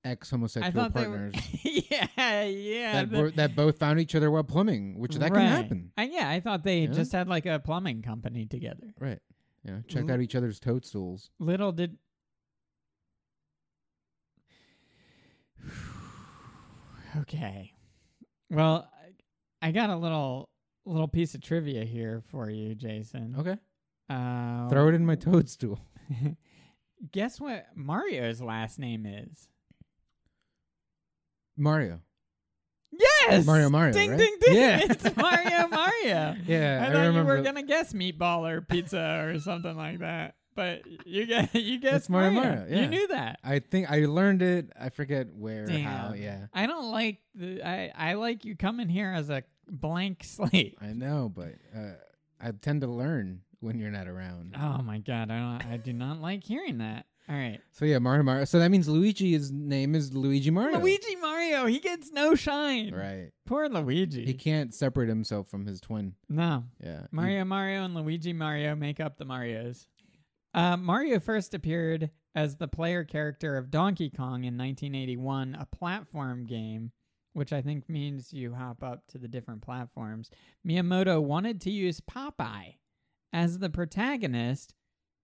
B: ex
A: I
B: homosexual
A: thought they
B: partners
A: were Yeah, [LAUGHS] yeah.
B: that
A: the-
B: were, that both found each other while plumbing, which that
A: Right.
B: can happen.
A: I, yeah, I thought they
B: Yeah.
A: just had like a plumbing company together.
B: Right. Yeah. Checked
A: L-
B: out each other's toadstools.
A: Little did. [SIGHS] okay. Well, I I got a little little piece of trivia here for you, Jason.
B: Okay.
A: Uh,
B: Oh. Throw it in my toadstool. [LAUGHS]
A: Guess what Mario's last name is?
B: Mario.
A: Yes.
B: Mario Mario,
A: Ding
B: right?
A: ding ding!
B: Yeah.
A: [LAUGHS] It's Mario
B: [LAUGHS]
A: Mario. [LAUGHS]
B: Yeah.
A: I thought you
B: remember
A: were gonna guess meatball or pizza or something like that, but you [LAUGHS] guess you guessed
B: Mario
A: Mario.
B: Mario,
A: You
B: yeah.
A: knew that.
B: I think I learned it. I forget where,
A: Damn.
B: how. Yeah,
A: I don't like the. I I like you coming here as a blank [LAUGHS] slate.
B: I know, but uh, I tend to learn when you're not around.
A: Oh my god, I don't. I do not like hearing that. All right,
B: So yeah, Mario Mario. So that means Luigi's name is Luigi Mario.
A: Luigi Mario. He gets no shine. [LAUGHS]
B: Right.
A: Poor Luigi.
B: He can't separate himself from his twin.
A: no.
B: Yeah. He-
A: Mario Mario and Luigi Mario make up the Marios. Uh, Mario first appeared as the player character of Donkey Kong in 1981, a platform game, which I think means you hop up to the different platforms. Miyamoto wanted to use Popeye as the protagonist,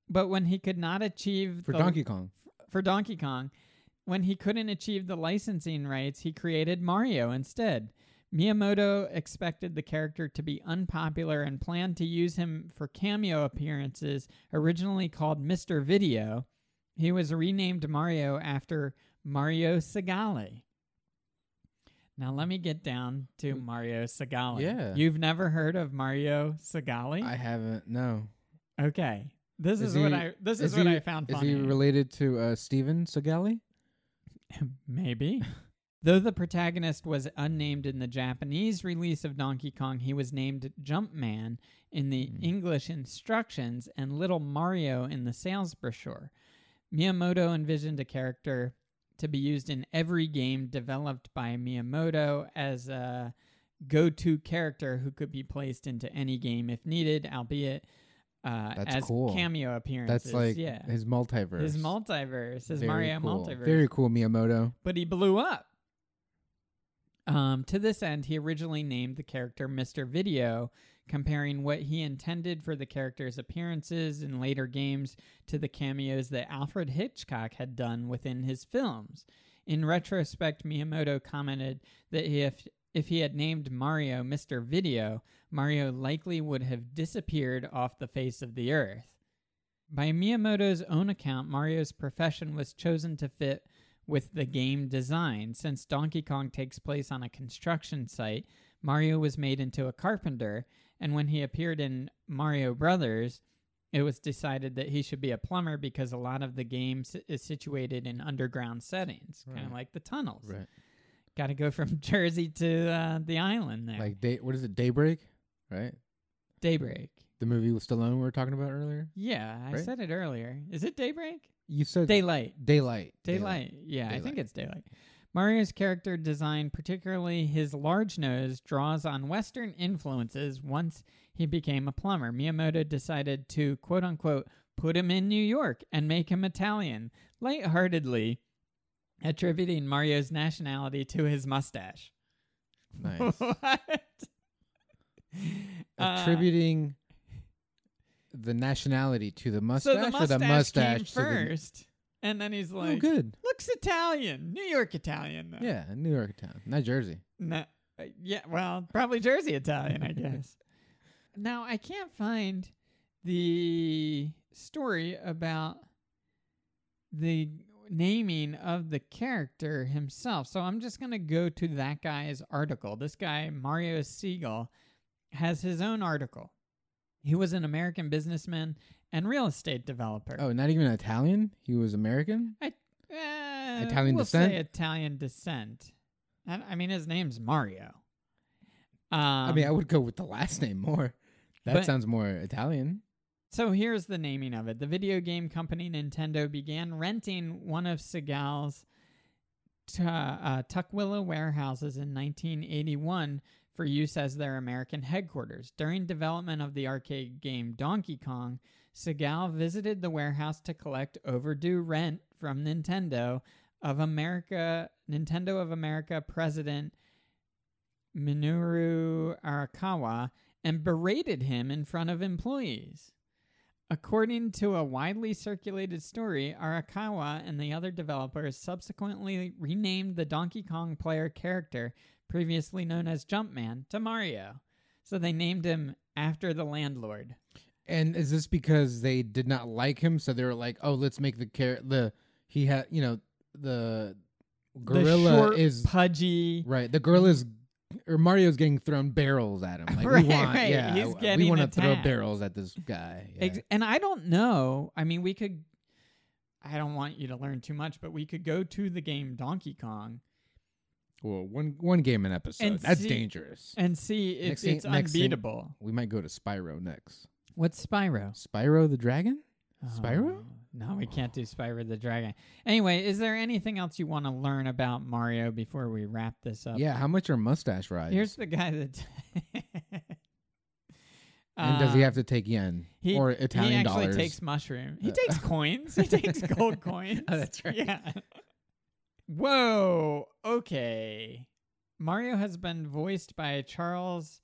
A: but when he could not achieve
B: for
A: the-
B: Donkey Kong.
A: for Donkey Kong, when he couldn't achieve the licensing rights, he created Mario instead. Miyamoto expected the character to be unpopular and planned to use him for cameo appearances, originally called Mr. Video. He was renamed Mario after Mario Segale. Now let me get down to Mario Segale.
B: Mm. Yeah.
A: You've never heard of Mario Segale?
B: I haven't. No.
A: okay. This is,
B: Is
A: what
B: he-
A: I this is,
B: is
A: what
B: he-
A: I found
B: Is
A: funny.
B: he related to uh, Steven Seagal?
A: Maybe. [LAUGHS] Though the protagonist was unnamed in the Japanese release of Donkey Kong, he was named Jumpman in the
B: Hmm.
A: English instructions and Little Mario in the sales brochure. Miyamoto envisioned a character to be used in every game developed by Miyamoto as a go to character who could be placed into any game if needed, albeit uh,
B: That's
A: as
B: cool.
A: cameo appearances.
B: That's like
A: yeah.
B: his multiverse.
A: His multiverse, his
B: Very
A: Mario
B: cool.
A: multiverse
B: Very cool, Miyamoto.
A: but he blew up. Um, to this end, he originally named the character Mr. Video, comparing what he intended for the character's appearances in later games to the cameos that Alfred Hitchcock had done within his films. In retrospect, Miyamoto commented that if if he had named Mario Mr. Video, Mario likely would have disappeared off the face of the earth. By Miyamoto's own account, Mario's profession was chosen to fit with the game design. Since Donkey Kong takes place on a construction site, Mario was made into a carpenter, And when he appeared in Mario Brothers, it was decided that he should be a plumber because a lot of the game s- is situated in underground settings, kind
B: Right.
A: of like the tunnels. Got to go from [LAUGHS] Jersey to uh, the island there.
B: Like day, what is it? Daybreak, right?
A: Daybreak.
B: The movie with Stallone we were talking about earlier.
A: Yeah, I
B: Right?
A: said it earlier. Is it Daybreak?
B: You said
A: Daylight.
B: daylight.
A: Daylight. Yeah, I
B: Daylight.
A: think it's daylight. Mario's character design, particularly his large nose, draws on Western influences once he became a plumber. Miyamoto decided to, quote unquote, put him in New York and make him Italian, lightheartedly attributing Mario's nationality to his mustache.
B: Nice.
A: what? [LAUGHS] Uh,
B: Attributing the nationality to the mustache,
A: so the
B: or
A: mustache,
B: the mustache
A: came
B: to the-
A: first, and then he's
B: oh,
A: like,
B: good.
A: looks Italian, New York Italian, though.
B: Yeah, New York town, not Jersey.
A: No, uh, yeah, well, probably Jersey Italian, I
B: [LAUGHS]
A: guess. Now, I can't find the story about the naming of the character himself. So I'm just going to go to that guy's article. This guy, Mario Siegel, has his own article. He was an American businessman and real estate developer.
B: Oh, not even Italian. He was American.
A: Uh,
B: Italian
A: we'll
B: descent?
A: Say Italian descent. I, I mean, his name's Mario. Um,
B: I mean, I would go with the last name more. That
A: but-
B: sounds more Italian.
A: so here's the naming of it. The video game company Nintendo began renting one of Seagal's tu- uh, Tukwila warehouses in 1981 for use as their American headquarters. During development of the arcade game Donkey Kong, Seagal visited the warehouse to collect overdue rent from Nintendo of America, Nintendo of America president Minoru Arakawa and berated him in front of employees. According to a widely circulated story, Arakawa and the other developers subsequently renamed the Donkey Kong player character, previously known as Jumpman, to Mario. So they named him after the landlord.
B: And is this because they did not like him, so they were like, "Oh, let's make the care the he had you know the gorilla
A: the short,
B: is
A: pudgy.
B: right. The gorilla is or Mario's getting thrown barrels
A: [LAUGHS]
B: at him. Like
A: Right,
B: we want,
A: right,
B: yeah,
A: he's
B: w- we
A: getting
B: want to throw
A: attacked.
B: barrels at this guy. Yeah.
A: Ex- and I don't know. I mean, we could. I don't want you to learn too much, but we could go to the game Donkey Kong
B: well, one one game an episode.
A: And
B: That's
A: see-
B: dangerous.
A: and see if
B: Next thing-
A: it's
B: next thing-
A: unbeatable.
B: We might go to Spyro next.
A: What's Spyro?
B: Spyro the Dragon. Spyro?
A: Oh, no, we can't do Spyro the Dragon. Anyway, is there anything else you want to learn about Mario before we wrap this up?
B: Yeah. How much are mustache rides?
A: Uh, Here's the guy that. [LAUGHS]
B: and does he have to take yen
A: uh, he-
B: or
A: he
B: Italian
A: actually
B: dollars?
A: takes mushroom. He
B: Uh,
A: takes coins. He takes gold coins.
B: [LAUGHS] Oh, that's right.
A: Yeah. Whoa. Okay. Mario has been voiced by Charles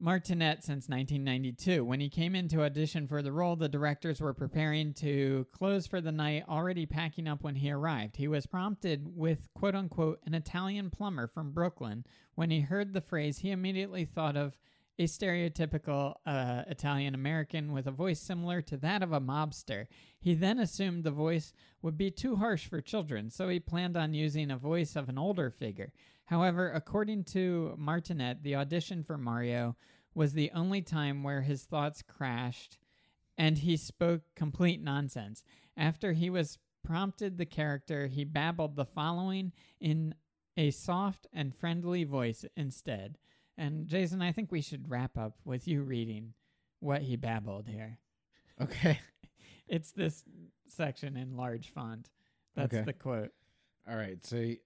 A: Martinet since 1992. When he came in to audition for the role, the directors were preparing to close for the night, already packing up when he arrived. He was prompted with, quote unquote, an Italian plumber from Brooklyn. When he heard the phrase, he immediately thought of a stereotypical uh, Italian American with a voice similar to that of a mobster. He then assumed the voice would be too harsh for children, so he planned on using a voice of an older figure. However, according to Martinet, the audition for Mario was the only time where his thoughts crashed and he spoke complete nonsense. After he was prompted the character, he babbled the following in a soft and friendly voice instead. And Jason, I think we should wrap up with you reading what he babbled here.
B: [LAUGHS] Okay.
A: It's this section in large font. That's
B: Okay.
A: the quote.
B: All right. So, y-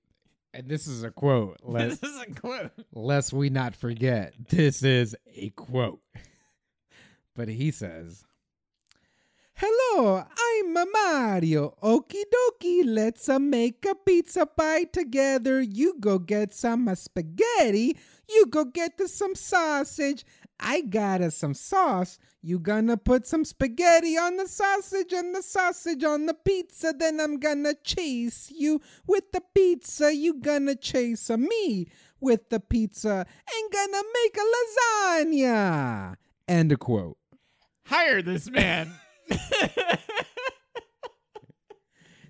B: and this is
A: [LAUGHS]
B: a quote. Let,
A: this is a quote.
B: lest we not forget, this is a quote. [LAUGHS] But he says, Hello, I'm a Mario. Okie dokie, let's uh, make a pizza pie together. You go get some uh, spaghetti. You go get us some sausage. I got us some sauce. You gonna put some spaghetti on the sausage and the sausage on the pizza. Then I'm gonna chase you with the pizza. You gonna chase uh, me with the pizza and gonna make a lasagna. End of quote.
A: Hire this
B: [LAUGHS]
A: man. [LAUGHS]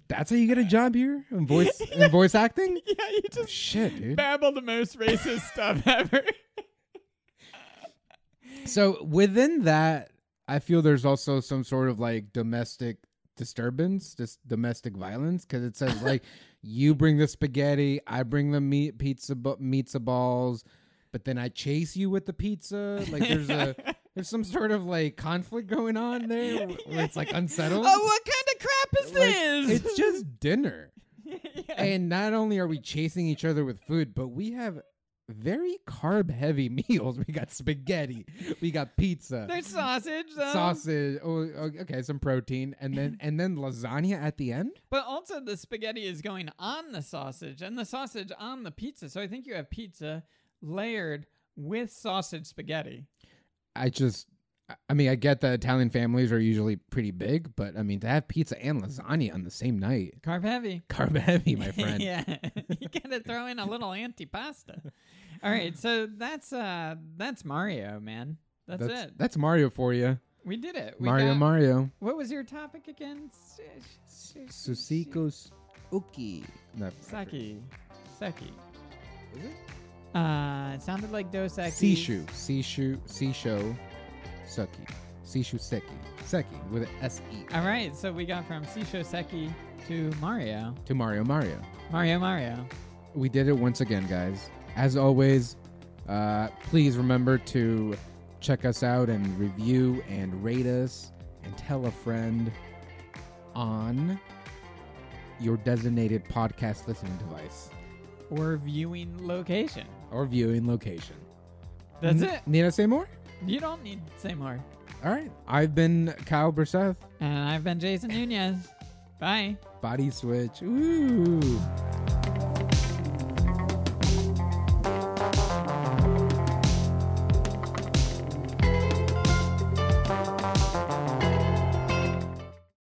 B: That's how you get a job here in voice in voice acting.
A: yeah, you just
B: Shit,
A: [LAUGHS]
B: dude.
A: babble the most racist stuff ever.
B: So within that, I feel there's also some sort of like domestic disturbance, just domestic violence, because it says like you bring the spaghetti, I bring the meat pizza bu- pizza balls, but then I chase you with the pizza. Like there's a there's some sort of like conflict going on there wh- where it's like unsettled.
A: Oh, what kind of crap is
B: Like,
A: this?
B: it's just dinner.
A: [LAUGHS] Yeah.
B: And not only are we chasing each other with food, but we have very carb heavy [LAUGHS] meals. We got spaghetti, we got pizza,
A: [LAUGHS] There's sausage, though.
B: sausage. Oh, o- okay, some protein, and then and then lasagna at the end.
A: But also, the spaghetti is going on the sausage and the sausage on the pizza. So I think you have pizza layered with sausage spaghetti.
B: I just, I- I mean, I get that Italian families are usually pretty big, but I mean to have pizza and lasagna on the same night, [LAUGHS]
A: Carb heavy.
B: carb heavy, my
A: [LAUGHS]
B: friend. [LAUGHS]
A: yeah. you gotta throw in a little antipasta. All right, so that's uh that's Mario, man. That's,
B: that's
A: it.
B: that's Mario for you,
A: we did it. We
B: Mario,
A: got-
B: Mario.
A: What was your topic again? S- s- s-
B: Susikos Uki. No,
A: Saki. Saki. Uh, it sounded like Dosaki.
B: Sishu. Sishu. Sisho. Suki. Sishu Seki. Seki with an S E.
A: All right, so we got from Sisho Seki to Mario.
B: To Mario Mario.
A: Mario, Mario.
B: We did it once again, guys. As always, uh, please remember to check us out and review and rate us and tell a friend on your designated podcast listening device
A: Or viewing location.
B: or viewing location.
A: That's
B: N-
A: it.
B: Need I say more?
A: You don't need to say more.
B: All right. I've been Kyle Brisseth.
A: And I've been Jason Nunez. Bye.
B: Body switch. Ooh.